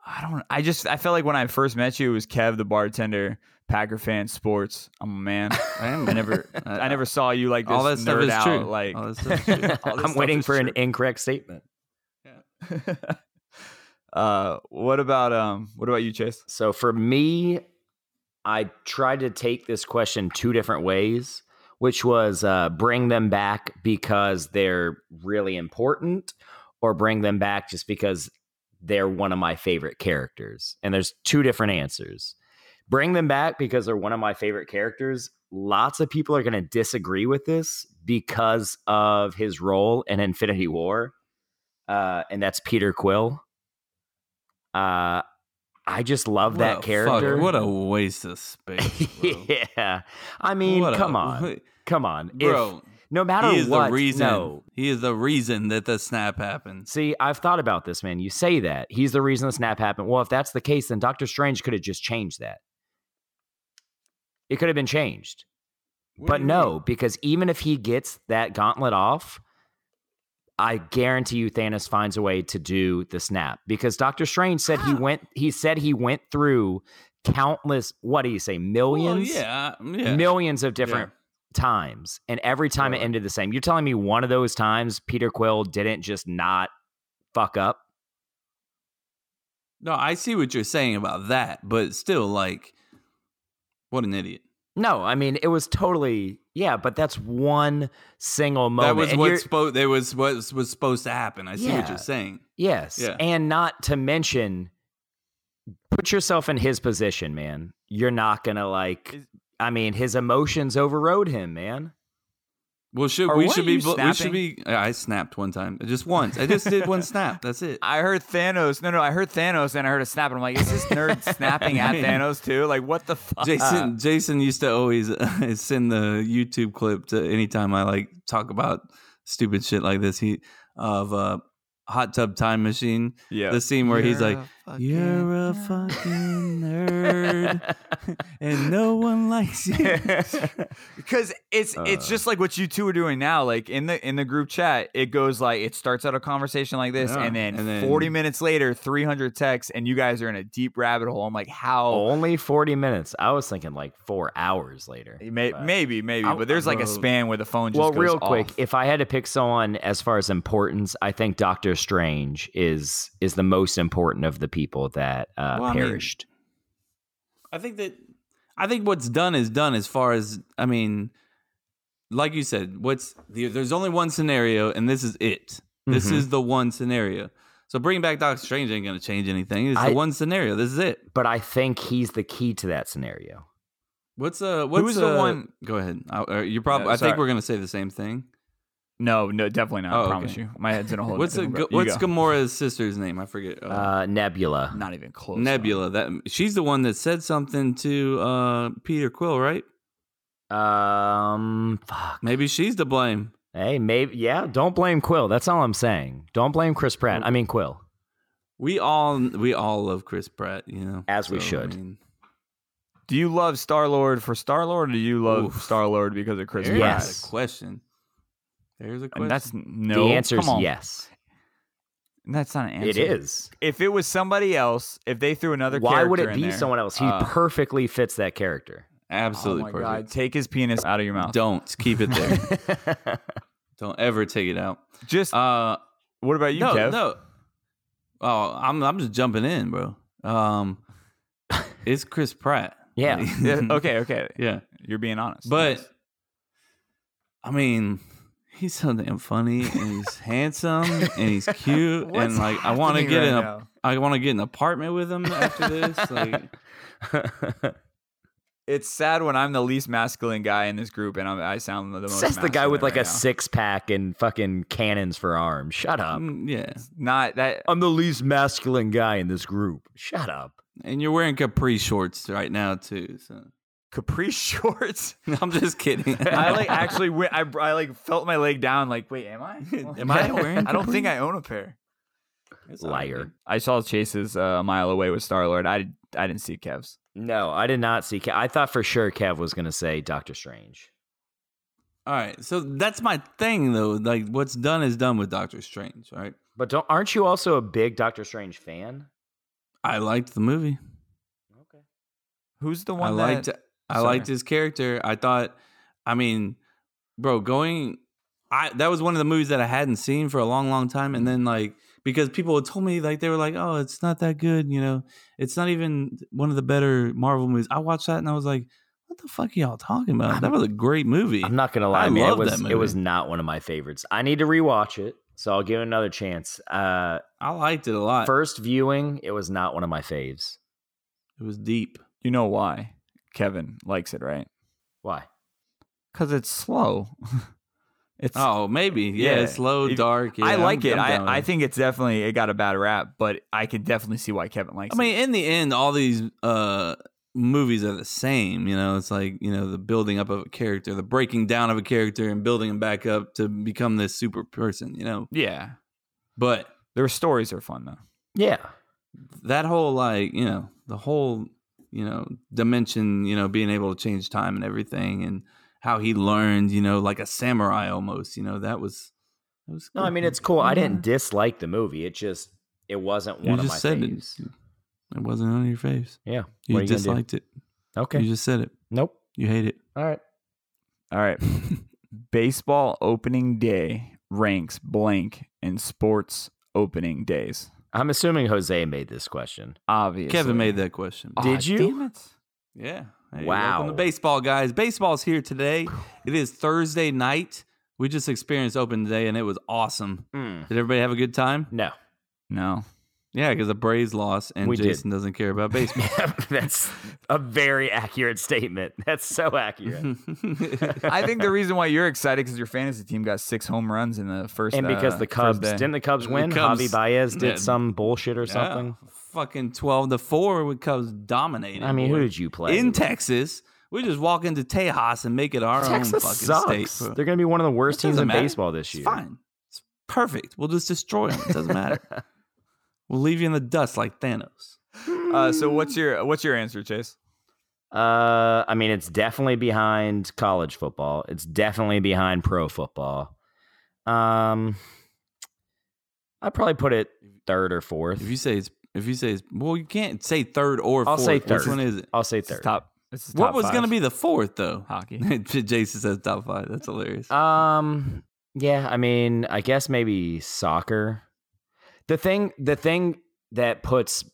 [SPEAKER 4] I don't. I just. I felt like when I first met you, it was Kev, the bartender, Packer fan, sports. I'm a man.
[SPEAKER 1] <laughs> I am.
[SPEAKER 4] I never. I never saw you like this.
[SPEAKER 1] All that stuff
[SPEAKER 4] nerd
[SPEAKER 1] is
[SPEAKER 4] out,
[SPEAKER 1] true.
[SPEAKER 4] Like
[SPEAKER 1] All that stuff
[SPEAKER 2] <laughs>
[SPEAKER 1] is true.
[SPEAKER 4] <laughs> All this
[SPEAKER 2] I'm
[SPEAKER 4] stuff
[SPEAKER 2] waiting
[SPEAKER 4] is
[SPEAKER 2] for an
[SPEAKER 4] true.
[SPEAKER 2] incorrect statement.
[SPEAKER 4] <laughs> uh, what about um? What about you, Chase?
[SPEAKER 2] So for me, I tried to take this question two different ways, which was uh, bring them back because they're really important, or bring them back just because they're one of my favorite characters. And there's two different answers. Bring them back because they're one of my favorite characters lots of people are going to disagree with this because of his role in Infinity War, uh, and that's Peter Quill. Uh, I just love
[SPEAKER 1] What
[SPEAKER 2] that
[SPEAKER 1] a
[SPEAKER 2] character.
[SPEAKER 1] fuck- what a waste of
[SPEAKER 2] <laughs>
[SPEAKER 1] space. <laughs> Bro.
[SPEAKER 2] yeah, I mean,
[SPEAKER 1] What a- <laughs>
[SPEAKER 2] come on, come on, If-
[SPEAKER 1] bro.
[SPEAKER 2] no matter
[SPEAKER 1] he is
[SPEAKER 2] what,
[SPEAKER 1] the reason.
[SPEAKER 2] no.
[SPEAKER 1] He is the reason that the snap happens.
[SPEAKER 2] See, I've thought about this, man. You say that he's the reason the snap happened. Well, if that's the case, then Doctor Strange could have just changed that. It could have been changed. but no, because even if he gets that gauntlet off, I guarantee you Thanos finds a way to do the snap because Doctor Strange said
[SPEAKER 1] Ah.
[SPEAKER 2] he went he said he went through countless what do you say millions
[SPEAKER 1] Well, yeah, yeah.
[SPEAKER 2] millions of different times and every time it
[SPEAKER 1] Right.
[SPEAKER 2] ended the same. You're telling me one of those times Peter Quill didn't just not fuck up?
[SPEAKER 1] No, I see what you're saying about that, but still, like, what an idiot.
[SPEAKER 2] No, I mean it was totally yeah, but that's one single
[SPEAKER 1] that
[SPEAKER 2] moment.
[SPEAKER 1] was
[SPEAKER 2] and
[SPEAKER 1] what
[SPEAKER 2] you're-
[SPEAKER 1] spo- that was what was- was supposed to happen. I see what
[SPEAKER 2] Yeah.
[SPEAKER 1] you're saying.
[SPEAKER 2] Yes.
[SPEAKER 1] Yeah.
[SPEAKER 2] And not to mention, put yourself in his position, man. You're not going to like,
[SPEAKER 4] Is-
[SPEAKER 2] I mean, his emotions overrode him, man.
[SPEAKER 1] Well, should
[SPEAKER 4] Are
[SPEAKER 1] we
[SPEAKER 4] one
[SPEAKER 1] should
[SPEAKER 4] of
[SPEAKER 1] be
[SPEAKER 4] you
[SPEAKER 1] bl- we should
[SPEAKER 4] snapping?
[SPEAKER 1] be? I snapped one time, just once. I just did
[SPEAKER 2] <laughs>
[SPEAKER 1] one snap. That's it.
[SPEAKER 4] I heard Thanos. No, no, I heard Thanos and I heard a snap. And I'm like, is this
[SPEAKER 1] <laughs>
[SPEAKER 4] nerd snapping at Thanos too? Like, what the fuck?
[SPEAKER 1] Jason Jason used to always <laughs> send the YouTube clip to anytime I like talk about stupid shit like this. He of uh, hot tub time machine.
[SPEAKER 4] yeah.
[SPEAKER 1] The scene where he's like, "You're a
[SPEAKER 4] fucking
[SPEAKER 1] fucking nerd, and no one likes
[SPEAKER 4] <laughs>
[SPEAKER 1] you."
[SPEAKER 4] <laughs> because it's it's
[SPEAKER 1] Uh.
[SPEAKER 4] just like what you two are doing now like in the in the group chat it goes like it starts out a conversation like this
[SPEAKER 1] Yeah,
[SPEAKER 4] and, then
[SPEAKER 1] and then-
[SPEAKER 4] 40 minutes later 300 texts and you guys are in a deep rabbit hole i'm like how
[SPEAKER 1] Oh
[SPEAKER 2] Only 40 minutes. I was thinking like four hours later.
[SPEAKER 4] May-
[SPEAKER 2] but-
[SPEAKER 4] maybe maybe
[SPEAKER 1] I'll-
[SPEAKER 4] but there's like a
[SPEAKER 1] bro.
[SPEAKER 4] span where the phone just
[SPEAKER 2] Well,
[SPEAKER 4] goes
[SPEAKER 2] real quick,
[SPEAKER 4] off.
[SPEAKER 2] if I had to pick someone as far as importance, I think Doctor Strange is is the most important of the people that uh,
[SPEAKER 1] Well, I mean-
[SPEAKER 2] perished.
[SPEAKER 1] I think that I think what's done is done. As far as I mean, like you said, what's the, there's only one scenario, and this is it. This
[SPEAKER 2] Mhm.
[SPEAKER 1] is the one scenario. So bringing back Doctor Strange ain't gonna change anything. It's
[SPEAKER 2] I-
[SPEAKER 1] the one scenario. This is it.
[SPEAKER 2] but I think he's the key to that scenario.
[SPEAKER 1] What's uh? What's
[SPEAKER 4] Who's the
[SPEAKER 1] uh,
[SPEAKER 4] one-
[SPEAKER 1] Go ahead. I, uh, you're probably.
[SPEAKER 4] No,
[SPEAKER 1] I think
[SPEAKER 4] sorry.
[SPEAKER 1] we're gonna say the same thing.
[SPEAKER 4] no no definitely not
[SPEAKER 1] Oh,
[SPEAKER 4] i
[SPEAKER 1] okay.
[SPEAKER 4] promise you my head's in a hole
[SPEAKER 1] What's a,
[SPEAKER 4] go,
[SPEAKER 1] what's Gamora's sister's name? I forget. Uh,
[SPEAKER 4] Oh.
[SPEAKER 2] Uh, Nebula.
[SPEAKER 4] not even close
[SPEAKER 1] Nebula. That she's the one that said something to uh, Peter Quill, right?
[SPEAKER 2] Um, fuck.
[SPEAKER 1] Maybe she's to blame.
[SPEAKER 2] Hey, maybe yeah. Don't blame Quill. That's all I'm saying. Don't blame Chris Pratt. I mean Quill.
[SPEAKER 1] We all we all love Chris Pratt, you know,
[SPEAKER 2] As we
[SPEAKER 1] So, I
[SPEAKER 2] should.
[SPEAKER 1] mean,
[SPEAKER 4] do you love star lord for star lord or do you love
[SPEAKER 1] Oof.
[SPEAKER 4] star lord because of chris
[SPEAKER 1] There's
[SPEAKER 4] Pratt?
[SPEAKER 2] Yes.
[SPEAKER 1] a question. There's a
[SPEAKER 4] And
[SPEAKER 1] question.
[SPEAKER 4] that's no
[SPEAKER 2] the answer is
[SPEAKER 4] come on.
[SPEAKER 2] yes.
[SPEAKER 4] that's not an answer
[SPEAKER 2] It is.
[SPEAKER 4] if it was somebody else, if they threw another
[SPEAKER 2] Why
[SPEAKER 4] character
[SPEAKER 2] would it
[SPEAKER 4] in
[SPEAKER 2] be
[SPEAKER 4] there-
[SPEAKER 2] someone else? He
[SPEAKER 4] Uh,
[SPEAKER 2] perfectly fits that
[SPEAKER 4] <laughs>
[SPEAKER 2] character.
[SPEAKER 1] absolutely
[SPEAKER 4] oh my God,
[SPEAKER 1] perfect.
[SPEAKER 4] take his penis out of your mouth.
[SPEAKER 1] Don't keep it there. Don't ever take it out.
[SPEAKER 4] Just
[SPEAKER 1] Uh,
[SPEAKER 4] what about you,
[SPEAKER 1] no,
[SPEAKER 4] Kev?
[SPEAKER 1] no. Oh, I'm I'm just jumping in, bro. Um, it's Chris Pratt.
[SPEAKER 2] Yeah.
[SPEAKER 4] <laughs> <laughs>
[SPEAKER 2] <laughs>
[SPEAKER 4] Yeah, okay, okay.
[SPEAKER 1] <laughs> yeah.
[SPEAKER 4] You're being honest.
[SPEAKER 1] But I mean, he's so damn funny and
[SPEAKER 4] <laughs>
[SPEAKER 1] he's handsome and he's cute and like I want to get in a I want to get an apartment with him after
[SPEAKER 4] <laughs>
[SPEAKER 1] this. Like,
[SPEAKER 4] it's sad when I'm the least masculine guy in this group and I'm, I sound the most.
[SPEAKER 2] Says the guy
[SPEAKER 4] masculine
[SPEAKER 2] with like
[SPEAKER 4] right
[SPEAKER 2] a
[SPEAKER 4] now.
[SPEAKER 2] six pack and fucking cannons for arms. Shut up.
[SPEAKER 1] mm, yeah,
[SPEAKER 4] Not that.
[SPEAKER 2] I'm the least masculine guy in this group. Shut up.
[SPEAKER 1] and you're wearing capri shorts right now too. So <laughs>
[SPEAKER 4] Capri <laughs> shorts.
[SPEAKER 1] I'm just kidding.
[SPEAKER 4] <laughs> I
[SPEAKER 1] <laughs>
[SPEAKER 4] like actually. Went, I I like felt my leg down. Like, wait, <laughs> am I?
[SPEAKER 1] Am I wearing
[SPEAKER 4] <laughs> I don't
[SPEAKER 1] capris?
[SPEAKER 4] think I own a pair.
[SPEAKER 2] Liar.
[SPEAKER 4] I saw Chase's uh, a mile away with Star Lord. I I didn't see Kev's.
[SPEAKER 2] No, I did not see. Kev. I thought for sure Kev was going to say Doctor Strange.
[SPEAKER 1] All right, so that's my thing though. Like, what's done is done with Doctor Strange. All right,
[SPEAKER 2] But don't, aren't you also a big Doctor Strange fan?
[SPEAKER 1] I liked the movie.
[SPEAKER 2] Okay.
[SPEAKER 4] Who's the
[SPEAKER 1] I
[SPEAKER 4] one
[SPEAKER 1] liked
[SPEAKER 4] that?
[SPEAKER 1] I
[SPEAKER 4] sorry.
[SPEAKER 1] liked his character. I thought I mean, bro, going I that was one of the movies that I hadn't seen for a long, long time. And then like because people had told me like they were like, Oh, it's not that good, you know. It's not even one of the better Marvel movies. I watched that and I was like, What the fuck are y'all talking about? that was a great movie.
[SPEAKER 2] I'm not gonna lie,
[SPEAKER 1] I
[SPEAKER 2] man.
[SPEAKER 1] love
[SPEAKER 2] it was
[SPEAKER 1] that
[SPEAKER 2] it was
[SPEAKER 1] movie.
[SPEAKER 2] not one of my favorites. I need to rewatch it, so I'll give it another chance. Uh,
[SPEAKER 1] I liked it a lot.
[SPEAKER 2] first viewing, it was not one of my faves.
[SPEAKER 1] it was deep.
[SPEAKER 4] You know why Kevin likes it, right?
[SPEAKER 2] Why?
[SPEAKER 4] Because it's slow. it's
[SPEAKER 1] Oh, maybe. Yeah,
[SPEAKER 4] Yeah.
[SPEAKER 1] it's low,
[SPEAKER 4] If-
[SPEAKER 1] dark. Yeah,
[SPEAKER 4] I
[SPEAKER 1] I'm-
[SPEAKER 4] like it.
[SPEAKER 1] I'm down with
[SPEAKER 4] I, I think it's definitely it got a bad rap, but I could definitely see why Kevin likes
[SPEAKER 1] I mean, in the end, all these uh, movies are the same. You know, it's like you know the building up of a character, the breaking down of a character, and building him back up to become this super person. You know,
[SPEAKER 4] it. Yeah.
[SPEAKER 1] but
[SPEAKER 4] Their stories are fun though.
[SPEAKER 2] Yeah.
[SPEAKER 1] that whole like you know the whole you know dimension, you know, being able to change time and everything, and how he learned, you know, like a samurai almost. You know, that was that was.
[SPEAKER 2] No,
[SPEAKER 1] cool.
[SPEAKER 2] I mean it's cool. I didn't
[SPEAKER 1] Yeah.
[SPEAKER 2] dislike the movie. It just it wasn't
[SPEAKER 1] Mm-hmm. You
[SPEAKER 2] one of my
[SPEAKER 1] just said it.
[SPEAKER 2] faves.
[SPEAKER 1] It wasn't on your face.
[SPEAKER 2] Yeah.
[SPEAKER 1] You
[SPEAKER 2] What are you gonna do?
[SPEAKER 1] disliked it.
[SPEAKER 2] Okay.
[SPEAKER 1] You just said it.
[SPEAKER 2] nope.
[SPEAKER 1] You hate it.
[SPEAKER 2] All right.
[SPEAKER 4] All <laughs> right. Baseball opening day ranks blank in sports opening days.
[SPEAKER 2] I'm assuming Jose made this question.
[SPEAKER 4] Obviously.
[SPEAKER 1] Kevin made that question.
[SPEAKER 4] Aw,
[SPEAKER 2] Did you?
[SPEAKER 4] damn it.
[SPEAKER 1] Oh, Yeah. Hey,
[SPEAKER 2] Wow.
[SPEAKER 1] Welcome to baseball, guys. Baseball's here today. It is Thursday night. We just experienced open day and it was awesome.
[SPEAKER 2] Mm.
[SPEAKER 1] Did everybody have a good time?
[SPEAKER 2] No. <laughs>
[SPEAKER 4] No.
[SPEAKER 1] Yeah, because the Braves lost and
[SPEAKER 2] We did.
[SPEAKER 1] Jason doesn't care about
[SPEAKER 2] <laughs>
[SPEAKER 1] baseball.
[SPEAKER 2] That's a very accurate statement. That's
[SPEAKER 1] <laughs>
[SPEAKER 2] so accurate.
[SPEAKER 4] I think the reason why you're excited because your fantasy team got six home runs in the first
[SPEAKER 2] and because
[SPEAKER 4] uh,
[SPEAKER 2] the
[SPEAKER 4] first
[SPEAKER 2] Cubs
[SPEAKER 4] day.
[SPEAKER 2] didn't the Cubs
[SPEAKER 1] The
[SPEAKER 2] win?
[SPEAKER 1] Cubs-
[SPEAKER 2] Javi Baez did
[SPEAKER 1] Yeah.
[SPEAKER 2] some bullshit or
[SPEAKER 1] Yeah.
[SPEAKER 2] something.
[SPEAKER 1] Fucking 12 to 4 with Cubs dominating.
[SPEAKER 2] I mean, who
[SPEAKER 1] boy.
[SPEAKER 2] did you play?
[SPEAKER 1] In Texas, we just walk into Tejas and make it our
[SPEAKER 2] Texas
[SPEAKER 1] own fucking
[SPEAKER 2] sucks.
[SPEAKER 1] state. bro.
[SPEAKER 2] They're going to be one of the worst
[SPEAKER 1] It
[SPEAKER 2] teams
[SPEAKER 1] doesn't
[SPEAKER 2] in
[SPEAKER 1] matter.
[SPEAKER 2] baseball this year.
[SPEAKER 1] It's fine. It's perfect. We'll just destroy them. It doesn't
[SPEAKER 2] <laughs>
[SPEAKER 1] matter. we'll leave you in the dust like Thanos.
[SPEAKER 4] Uh, so what's your what's your answer, Chase?
[SPEAKER 2] Uh, I mean, it's definitely behind college football. It's definitely behind pro football. Um, I'd probably put it third or fourth.
[SPEAKER 1] If you say it's if you say it's well, you can't say third or
[SPEAKER 2] I'll
[SPEAKER 1] fourth.
[SPEAKER 2] say
[SPEAKER 1] Which
[SPEAKER 2] third.
[SPEAKER 1] one is it?
[SPEAKER 2] I'll say
[SPEAKER 4] It's
[SPEAKER 2] third.
[SPEAKER 4] top. This is
[SPEAKER 1] what
[SPEAKER 4] top
[SPEAKER 1] was
[SPEAKER 4] five.
[SPEAKER 1] gonna be the fourth though? <laughs>
[SPEAKER 4] <laughs>
[SPEAKER 2] <laughs>
[SPEAKER 4] hockey?
[SPEAKER 1] Jason says top five. That's hilarious.
[SPEAKER 2] Um, yeah, I mean, I guess maybe soccer. The thing, the thing that puts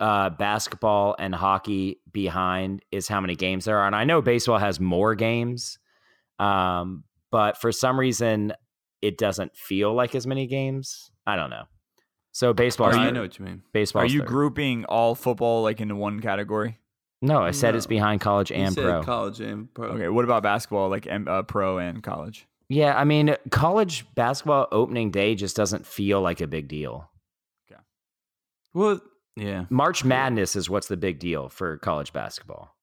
[SPEAKER 2] uh, basketball and hockey behind is how many games there are, and I know baseball has more games, um, but for some reason, it doesn't feel like as many games. I don't know. So baseball,
[SPEAKER 1] I know what you mean.
[SPEAKER 2] baseball.
[SPEAKER 4] Are you grouping all football like into one category?
[SPEAKER 2] No, I said it's
[SPEAKER 1] No.
[SPEAKER 2] behind college
[SPEAKER 1] You
[SPEAKER 2] and
[SPEAKER 1] said
[SPEAKER 2] pro.
[SPEAKER 1] college and pro.
[SPEAKER 4] Okay. What about basketball, like M- uh, pro and college?
[SPEAKER 2] Yeah, I mean, college basketball opening day just doesn't feel like a big deal.
[SPEAKER 1] Well, yeah,
[SPEAKER 2] March Madness is what's the big deal for college basketball.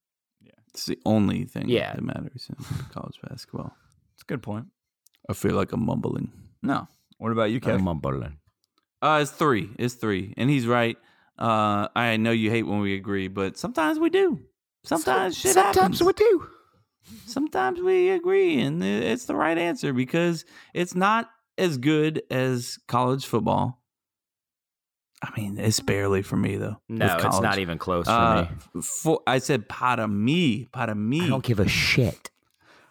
[SPEAKER 1] it's the only thing.
[SPEAKER 2] Yeah.
[SPEAKER 1] that matters in college basketball.
[SPEAKER 4] It's a good point.
[SPEAKER 1] I feel like I'm mumbling.
[SPEAKER 4] No. What about you,
[SPEAKER 2] Um,
[SPEAKER 4] Kevin?
[SPEAKER 1] Uh, it's three. It's three, and he's right. Uh, I know you hate when we agree, but sometimes we do. Sometimes shit happens.
[SPEAKER 2] do.
[SPEAKER 1] sometimes we agree and it- it's the right answer because it's not as good as college football. I mean, it's barely for me though.
[SPEAKER 2] No,
[SPEAKER 1] with
[SPEAKER 2] it's
[SPEAKER 1] college.
[SPEAKER 2] not even close for
[SPEAKER 1] Uh,
[SPEAKER 2] me.
[SPEAKER 1] for, I said para me, para me.
[SPEAKER 2] I don't give a shit.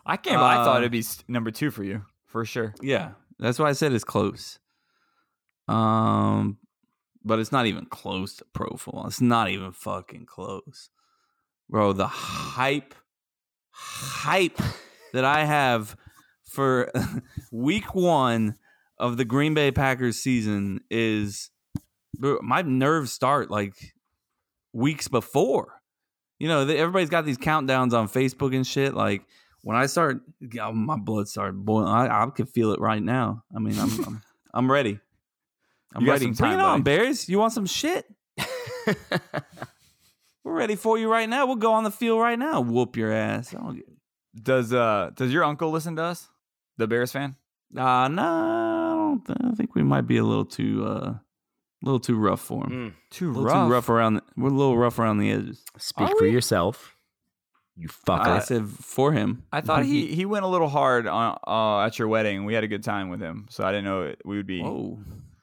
[SPEAKER 4] I can't. I
[SPEAKER 1] Uh,
[SPEAKER 4] thought it'd be s- number two for you for sure.
[SPEAKER 1] Yeah, that's why I said it's close. Um, but it's not even close to pro football. It's not even fucking close, bro. The hype, hype that I have for <laughs> week one of the Green Bay Packers season is, bro, my nerves start like weeks before. You know, they- everybody's got these countdowns on Facebook and shit. Like when I start, oh, my blood started boiling. I, I could feel it right now. I mean, I'm I'm, <laughs> I'm ready. I'm
[SPEAKER 4] You got
[SPEAKER 1] ready.
[SPEAKER 4] some
[SPEAKER 1] Bring
[SPEAKER 4] time,
[SPEAKER 1] it on,
[SPEAKER 4] buddy.
[SPEAKER 1] Bears. You want some
[SPEAKER 4] <laughs>
[SPEAKER 1] shit? We're ready for you right now. We'll go on the field right now. Whoop your ass. I don't get-
[SPEAKER 4] Does uh does your uncle listen to us? The Bears fan?
[SPEAKER 1] Uh, no, I, don't, th- I think we might be a little too, uh, little too rough for him.
[SPEAKER 2] Mm,
[SPEAKER 4] Too
[SPEAKER 1] A little too rough around. The, we're a little rough around the edges.
[SPEAKER 2] Speak
[SPEAKER 4] Are
[SPEAKER 2] for
[SPEAKER 4] we?
[SPEAKER 2] yourself. You
[SPEAKER 1] I
[SPEAKER 2] fucker.
[SPEAKER 1] said for him.
[SPEAKER 4] I thought he he went a little hard on uh, at your wedding. We had a good time with him, so I didn't know it, we would be.
[SPEAKER 1] Whoa.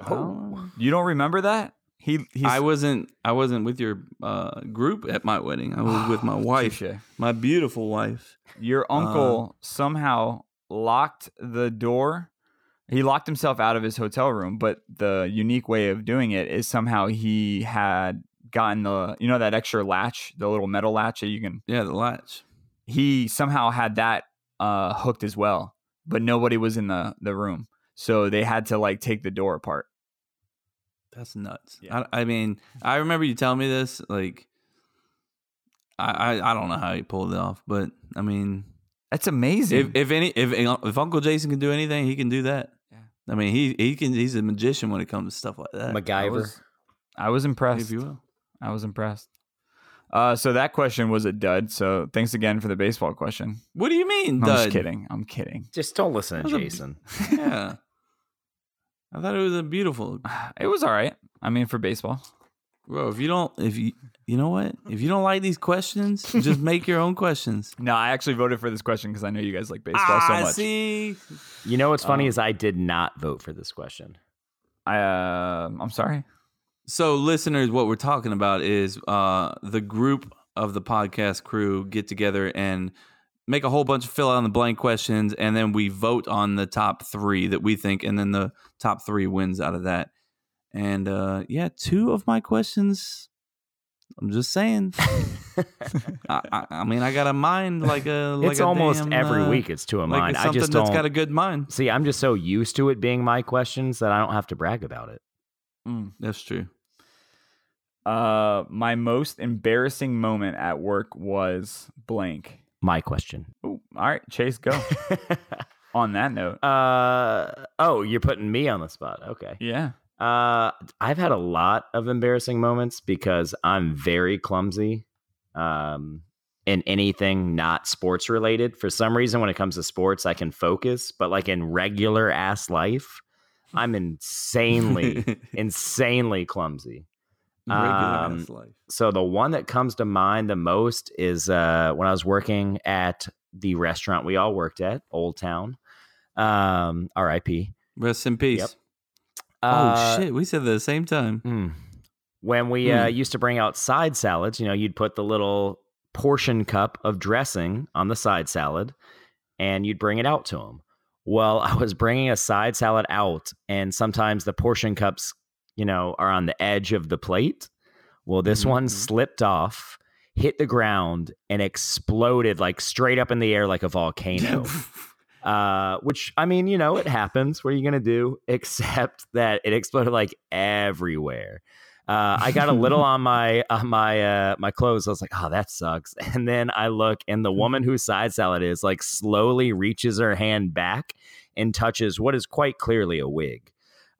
[SPEAKER 2] Oh.
[SPEAKER 4] You don't remember that? He he's,
[SPEAKER 1] I wasn't. I wasn't with your uh, group at my wedding. I was
[SPEAKER 4] <sighs>
[SPEAKER 1] with my wife, Um,
[SPEAKER 4] Touche.
[SPEAKER 1] my beautiful wife.
[SPEAKER 4] Your uncle somehow locked the door. He locked himself out of his hotel room, but the unique way of doing it is somehow he had gotten the you know that extra latch, the little metal latch that you can
[SPEAKER 1] Yeah, the latch.
[SPEAKER 4] he somehow had that uh, hooked as well, but nobody was in the, the room. So they had to like take the door apart.
[SPEAKER 1] That's nuts.
[SPEAKER 4] Yeah.
[SPEAKER 1] I, I mean, I remember you telling me this. Like, I, I I don't know how he pulled it off, but I mean,
[SPEAKER 4] That's amazing.
[SPEAKER 1] If if any if if Uncle Jason can do anything, he can do that.
[SPEAKER 4] Yeah.
[SPEAKER 1] I mean, he he can. He's a magician when it comes to stuff like that.
[SPEAKER 2] MacGyver.
[SPEAKER 4] was I was impressed.
[SPEAKER 1] if you will.
[SPEAKER 4] I was impressed. Uh, so that question was a dud. So thanks again for the baseball question.
[SPEAKER 1] What do you mean?
[SPEAKER 4] I'm just
[SPEAKER 1] dud?
[SPEAKER 4] kidding. I'm kidding. <sighs>
[SPEAKER 2] Just don't listen to
[SPEAKER 1] That was a-
[SPEAKER 2] Jason.
[SPEAKER 1] <laughs> Yeah. I thought it was a beautiful.
[SPEAKER 4] It was all right. I mean, for baseball.
[SPEAKER 1] Bro, if you don't, if you, you know what? If you don't like these questions, just make your own questions.
[SPEAKER 4] No, I actually voted for this question because I know you guys like baseball
[SPEAKER 1] Ah,
[SPEAKER 4] so much.
[SPEAKER 1] see,
[SPEAKER 2] You know what's funny
[SPEAKER 1] Um,
[SPEAKER 2] is I did not vote for this question.
[SPEAKER 4] I, um I'm sorry.
[SPEAKER 1] So, listeners, what we're talking about is uh, the group of the podcast crew get together and make a whole bunch of fill out in the blank questions, and then we vote on the top three that we think, and then the top three wins out of that. And uh, yeah, two of my questions. I'm just
[SPEAKER 2] <laughs>
[SPEAKER 1] saying. I, I, I mean, I got a mind like a. Like
[SPEAKER 2] it's
[SPEAKER 1] a
[SPEAKER 2] almost
[SPEAKER 1] damn,
[SPEAKER 2] every
[SPEAKER 1] uh,
[SPEAKER 2] week it's to a
[SPEAKER 1] Like
[SPEAKER 2] mine.
[SPEAKER 1] it's
[SPEAKER 2] I
[SPEAKER 1] something
[SPEAKER 2] just
[SPEAKER 1] that's
[SPEAKER 2] don't
[SPEAKER 1] got a good mind.
[SPEAKER 2] see. I'm just so used to it being my questions that I don't have to brag about it. Mm.
[SPEAKER 1] That's true.
[SPEAKER 4] Uh, my most embarrassing moment at work was blank.
[SPEAKER 2] My <laughs> question.
[SPEAKER 4] Ooh, all right, Chase, <laughs> go. On that note,
[SPEAKER 2] uh oh, you're putting me on the spot. Okay.
[SPEAKER 4] yeah.
[SPEAKER 2] Uh, I've had a lot of embarrassing moments because I'm very clumsy. Um, in anything not sports related, for some reason, when it comes to sports, I can focus, but like in regular ass life,
[SPEAKER 1] <laughs>
[SPEAKER 2] I'm insanely, insanely clumsy. Um,
[SPEAKER 1] life.
[SPEAKER 2] So the one that comes to mind the most is uh, when I was working at the restaurant we all worked at, Old Town. Um, R.I.P.
[SPEAKER 1] Rest in peace.
[SPEAKER 2] Yep. uh,
[SPEAKER 1] oh shit, we said that at the same
[SPEAKER 2] <laughs>
[SPEAKER 1] time.
[SPEAKER 2] Mm. When we uh, used to bring out side salads, you know, you'd put the little portion cup of dressing on the side salad and you'd bring it out to them. Well, <laughs> I was bringing a side salad out, and sometimes the portion cups, you know, are on the edge of the plate. Well, this one
[SPEAKER 1] Mhm.
[SPEAKER 2] slipped off, hit the ground, and exploded like straight up in the air like a volcano uh, which I mean, you know, it happens. What are you gonna do? <laughs> Except that it exploded like everywhere. Uh, I got
[SPEAKER 1] <laughs>
[SPEAKER 2] a little on my on my uh, my clothes. I was like, oh, that sucks. <laughs> And then I look, and the woman whose side salad is like slowly reaches her hand back and touches what is quite clearly a wig,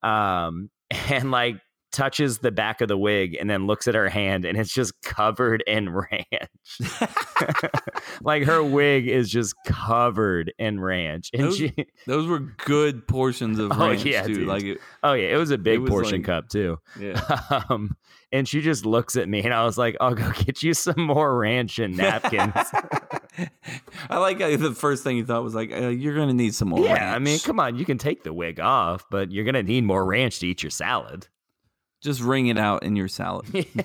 [SPEAKER 2] um, <laughs> and like touches the back of the wig, and then looks at her hand, and it's just covered in <laughs> ranch. <laughs> like her wig is just covered in ranch and
[SPEAKER 1] Those-
[SPEAKER 2] she
[SPEAKER 1] <laughs> Those were good portions of
[SPEAKER 2] Oh,
[SPEAKER 1] ranch,
[SPEAKER 2] yeah,
[SPEAKER 1] dude.
[SPEAKER 2] dude.
[SPEAKER 1] Like, it,
[SPEAKER 2] oh yeah it was a big
[SPEAKER 1] was
[SPEAKER 2] portion
[SPEAKER 1] like-
[SPEAKER 2] cup too <laughs>
[SPEAKER 1] yeah. <laughs>
[SPEAKER 2] um and she just looks at me and i was like i'll go get you some more ranch and napkins
[SPEAKER 1] I like how the first thing you thought was like, uh, "You're gonna need some <laughs> more."
[SPEAKER 2] yeah
[SPEAKER 1] ranch.
[SPEAKER 2] i mean come on you can take the wig off but you're gonna need more ranch to eat your salad
[SPEAKER 1] just wring it out in your salad.
[SPEAKER 2] <laughs>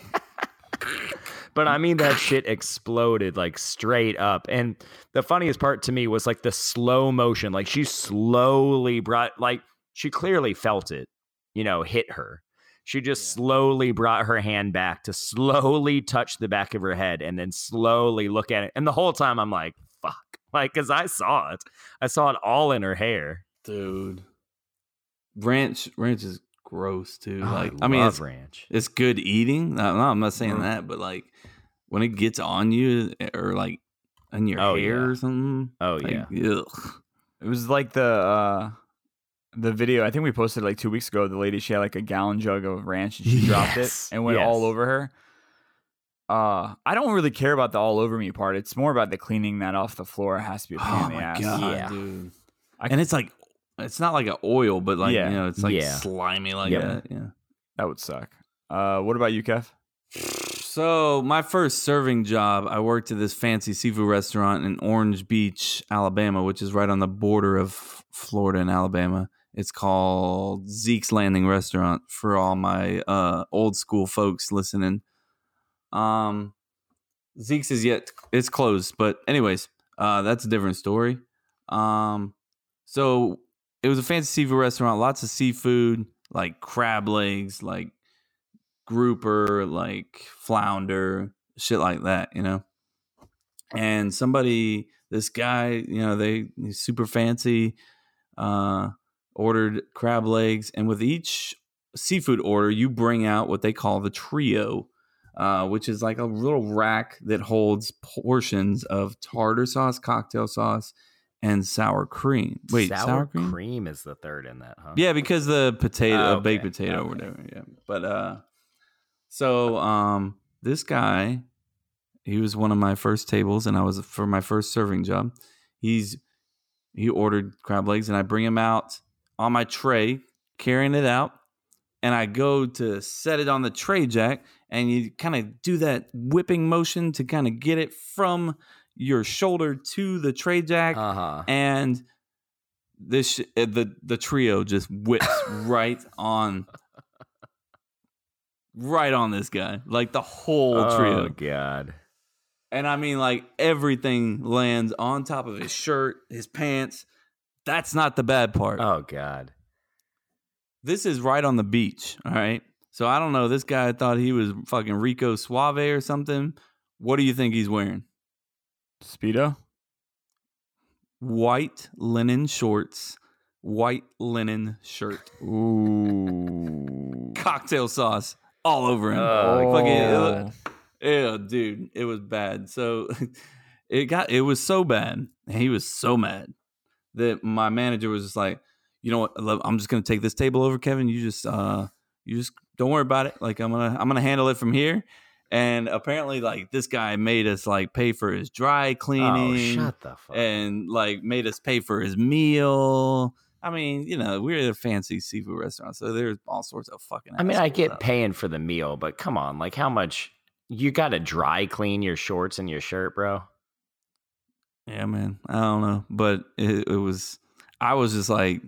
[SPEAKER 2] But I mean,
[SPEAKER 1] <coughs>
[SPEAKER 2] that shit exploded like straight up. And the funniest part to me was like the slow motion. Like she slowly brought, like, she clearly felt it, you know, hit her. She just slowly brought her hand back to slowly touch the back of her head and then slowly look at it. And the whole time I'm like, fuck. Like, cause I saw it. I saw it all in her hair.
[SPEAKER 1] dude. Ranch, ranch is gross too.
[SPEAKER 2] Oh,
[SPEAKER 1] like, Uh, I, mean,
[SPEAKER 2] love
[SPEAKER 1] it's,
[SPEAKER 2] ranch. Mm-hmm.
[SPEAKER 1] it's good eating. No, no, I'm not saying
[SPEAKER 4] Mhm.
[SPEAKER 1] that, but like when it gets on you eh, or like in your
[SPEAKER 2] Oh,
[SPEAKER 1] hair
[SPEAKER 2] yeah.
[SPEAKER 1] or something.
[SPEAKER 2] Oh,
[SPEAKER 1] like,
[SPEAKER 2] yeah.
[SPEAKER 1] ugh.
[SPEAKER 4] It was like the uh, the video. I think we posted like two weeks ago. The lady she had like a gallon jug of ranch and she dropped
[SPEAKER 2] Yes,
[SPEAKER 4] it and went
[SPEAKER 2] yes.
[SPEAKER 4] all over her. Uh, I don't really care about the all over me part. It's more about the cleaning that off the floor. It has to be a pain
[SPEAKER 1] Oh
[SPEAKER 4] in the
[SPEAKER 1] my
[SPEAKER 4] ass.
[SPEAKER 1] god,
[SPEAKER 2] Yeah.
[SPEAKER 1] dude!
[SPEAKER 4] I-
[SPEAKER 1] and it's like it's not like an oil, but like
[SPEAKER 4] Yeah.
[SPEAKER 1] you know, it's like
[SPEAKER 2] Yeah.
[SPEAKER 1] slimy like
[SPEAKER 2] Yep.
[SPEAKER 1] that. Yeah.
[SPEAKER 4] That would suck. Uh, what about you, Kev?
[SPEAKER 1] So my first serving job, I worked at this fancy seafood restaurant in Orange Beach, Alabama, which is right on the border of Florida and Alabama. It's called Zeke's Landing Restaurant for all my uh, old school folks listening. Um, Zeke's is yet it's closed, but anyways, uh, that's a different story. Um, so it was a fancy seafood restaurant, lots of seafood, like crab legs, like grouper, like flounder, shit like that, you know. And somebody, this guy, you know, they he's super fancy, uh, ordered crab legs, and with each seafood order, you bring out what they call the trio, uh, which is like a little rack that holds portions of tartar sauce, cocktail sauce, and sour cream. Wait, sour, cream?
[SPEAKER 2] is the third in that, huh?
[SPEAKER 1] Yeah, because the potato,
[SPEAKER 2] Oh,
[SPEAKER 1] uh, baked
[SPEAKER 2] okay.
[SPEAKER 1] potato or
[SPEAKER 2] Okay.
[SPEAKER 1] whatever. Yeah, but uh, so um, this guy, he was one of my first tables, and I was for my first serving job. He's he ordered crab legs, and I bring him out on my tray, carrying it out, and I go to set it on the tray jack, and you kind of do that whipping motion to kind of get it from your shoulder to the tray jack
[SPEAKER 2] Uh huh.
[SPEAKER 1] and this sh- uh, the the trio just whips right on right on this guy like the whole
[SPEAKER 2] Oh
[SPEAKER 1] trio
[SPEAKER 2] god.
[SPEAKER 1] and i mean like everything lands on top of his shirt his pants that's not the bad part
[SPEAKER 2] Oh god.
[SPEAKER 1] this is right on the beach all right so i don't know this guy thought he was fucking rico suave or something what do you think he's wearing
[SPEAKER 4] Speedo.
[SPEAKER 1] white linen shorts white linen shirt
[SPEAKER 4] Ooh.
[SPEAKER 1] cocktail sauce all over him.
[SPEAKER 2] Oh,
[SPEAKER 1] Fucking- it look- ew, dude, it was bad. So <laughs> it got it was so bad, and he was so mad that my manager was just like, you know what, love, I'm just gonna take this table over, Kevin. You just uh, you just don't worry about it. Like I'm gonna I'm gonna handle it from here. And apparently, like this guy made us like pay for his dry
[SPEAKER 2] Oh,
[SPEAKER 1] cleaning
[SPEAKER 2] shut the fuck.
[SPEAKER 1] Mm. and like made us pay for his meal. I mean, you know, we're at a fancy seafood restaurant, so there's all sorts of fucking.
[SPEAKER 2] I mean, I
[SPEAKER 1] assholes
[SPEAKER 2] get
[SPEAKER 1] out
[SPEAKER 2] paying for the meal, but come on, like how much you got to dry clean your shorts and your shirt, bro?
[SPEAKER 1] there. Yeah, man. I don't know, but it, it was. I was just like,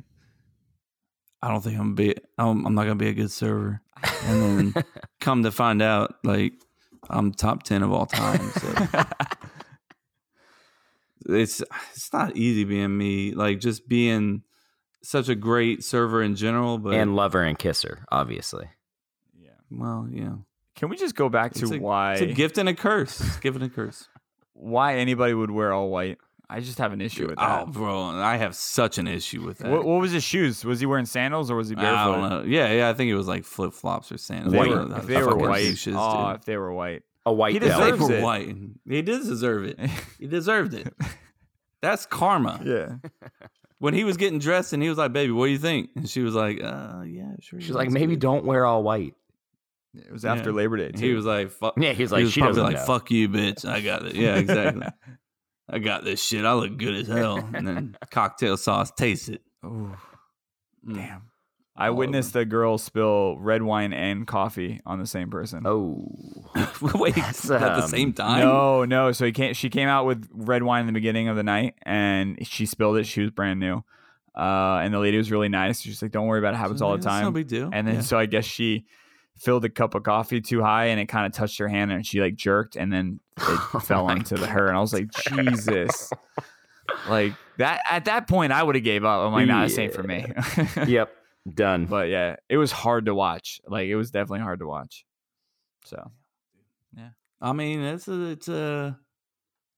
[SPEAKER 1] I don't think I'm be. I'm, I'm not gonna be a good server. And
[SPEAKER 2] <laughs>
[SPEAKER 1] then come to find out, like, I'm top ten of all time. So.
[SPEAKER 2] <laughs>
[SPEAKER 1] it's it's not easy being me. Like just being such a great server in general, but
[SPEAKER 2] and lover and kisser, obviously.
[SPEAKER 4] yeah.
[SPEAKER 1] well, yeah.
[SPEAKER 4] <laughs> Can we just go back to
[SPEAKER 1] It's a-
[SPEAKER 4] why
[SPEAKER 1] It's a gift and a curse. It's a gift and a <laughs> curse.
[SPEAKER 4] why anybody would wear all white? I just have an issue with that.
[SPEAKER 1] Oh, bro, I have such an issue with that.
[SPEAKER 4] What, what was his shoes? Was he wearing sandals or was he barefoot?
[SPEAKER 1] I don't know. Yeah, yeah, I think it was like flip flops or sandals.
[SPEAKER 4] They
[SPEAKER 1] One
[SPEAKER 4] were,
[SPEAKER 1] of those
[SPEAKER 4] if they were
[SPEAKER 1] fucking
[SPEAKER 4] white,
[SPEAKER 1] douches, dude.
[SPEAKER 4] oh, if they were white, <laughs>
[SPEAKER 2] A white
[SPEAKER 4] He
[SPEAKER 1] they
[SPEAKER 2] belt.
[SPEAKER 4] deserves
[SPEAKER 1] were
[SPEAKER 4] it.
[SPEAKER 1] white. He did deserve it. <laughs> He deserved it. <laughs> That's karma.
[SPEAKER 4] yeah.
[SPEAKER 1] When he was getting dressed and he was like, "Baby, what do you think?" and she was like, "Uh, yeah, sure."
[SPEAKER 2] She's like, maybe don't wear all
[SPEAKER 4] <laughs>
[SPEAKER 2] white.
[SPEAKER 4] It was after
[SPEAKER 1] Yeah.
[SPEAKER 4] Labor Day.
[SPEAKER 1] And
[SPEAKER 4] Too.
[SPEAKER 1] He was like, "Fuck."
[SPEAKER 2] Yeah, he's like,
[SPEAKER 1] he was
[SPEAKER 2] she
[SPEAKER 1] probably
[SPEAKER 2] doesn't
[SPEAKER 1] like,
[SPEAKER 2] know.
[SPEAKER 1] "Fuck you, bitch. I got it. Yeah,
[SPEAKER 2] <laughs>
[SPEAKER 1] exactly. I got this shit. I look good as hell." And
[SPEAKER 2] <laughs>
[SPEAKER 1] then cocktail sauce, taste it.
[SPEAKER 4] Ooh.
[SPEAKER 1] Mm.
[SPEAKER 4] Damn. I
[SPEAKER 1] All over.
[SPEAKER 4] witnessed a girl spill red wine and coffee on the same person.
[SPEAKER 2] Oh,
[SPEAKER 1] <laughs> Wait,
[SPEAKER 2] That's,
[SPEAKER 1] at the
[SPEAKER 2] um,
[SPEAKER 1] same time?
[SPEAKER 4] no, no. So he came, she came out with red wine in the beginning of the night and she spilled it. She was brand new. Uh, and the lady was really nice. She's like, don't worry about it. it happens all the
[SPEAKER 1] It's no
[SPEAKER 4] time.
[SPEAKER 1] big
[SPEAKER 2] Oh,
[SPEAKER 1] deal.
[SPEAKER 4] And then
[SPEAKER 1] Yeah.
[SPEAKER 4] so I guess she filled a cup of coffee too high and it kind of touched her hand and she like jerked and then it
[SPEAKER 2] <laughs> Oh
[SPEAKER 4] fell
[SPEAKER 2] my
[SPEAKER 4] onto the her and I was like Jesus. like that at that point I would have gave up. I'm like, nah, this ain't for me.
[SPEAKER 2] yep, done.
[SPEAKER 4] <laughs>
[SPEAKER 2] <laughs>
[SPEAKER 4] but <laughs> yeah, it was hard to watch. Like it was definitely hard to watch. So
[SPEAKER 1] I mean, it's a, it's a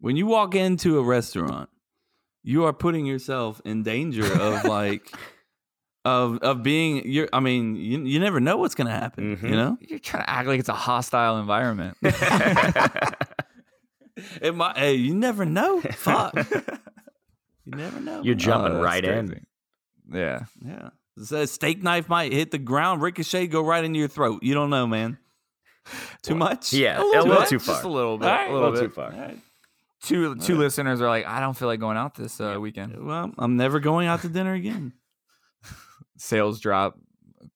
[SPEAKER 1] when you walk into a restaurant, you are putting yourself in danger of
[SPEAKER 2] <laughs>
[SPEAKER 1] like of of being. You're, I mean, you you never know what's gonna happen.
[SPEAKER 2] Mhm.
[SPEAKER 1] You know,
[SPEAKER 4] you're trying to act like it's a hostile environment.
[SPEAKER 1] it might. Hey, you never know.
[SPEAKER 2] <laughs>
[SPEAKER 1] Fuck, you never know.
[SPEAKER 2] You're
[SPEAKER 1] man.
[SPEAKER 2] <laughs> jumping
[SPEAKER 4] Oh, that's
[SPEAKER 2] right in.
[SPEAKER 4] crazy. Yeah.
[SPEAKER 1] yeah. So a steak knife might hit the ground, ricochet, go right into your throat. You don't know, man. Too much.
[SPEAKER 2] Yeah, a
[SPEAKER 4] Too
[SPEAKER 2] little,
[SPEAKER 4] much?
[SPEAKER 2] too far.
[SPEAKER 4] Just a little bit.
[SPEAKER 1] All right,
[SPEAKER 4] a
[SPEAKER 1] a
[SPEAKER 4] little
[SPEAKER 2] too
[SPEAKER 4] bit.
[SPEAKER 2] far.
[SPEAKER 4] Two two
[SPEAKER 1] right.
[SPEAKER 4] listeners are like, I don't feel like going out this uh, weekend.
[SPEAKER 1] Well, I'm never going out to dinner again.
[SPEAKER 4] sales drop,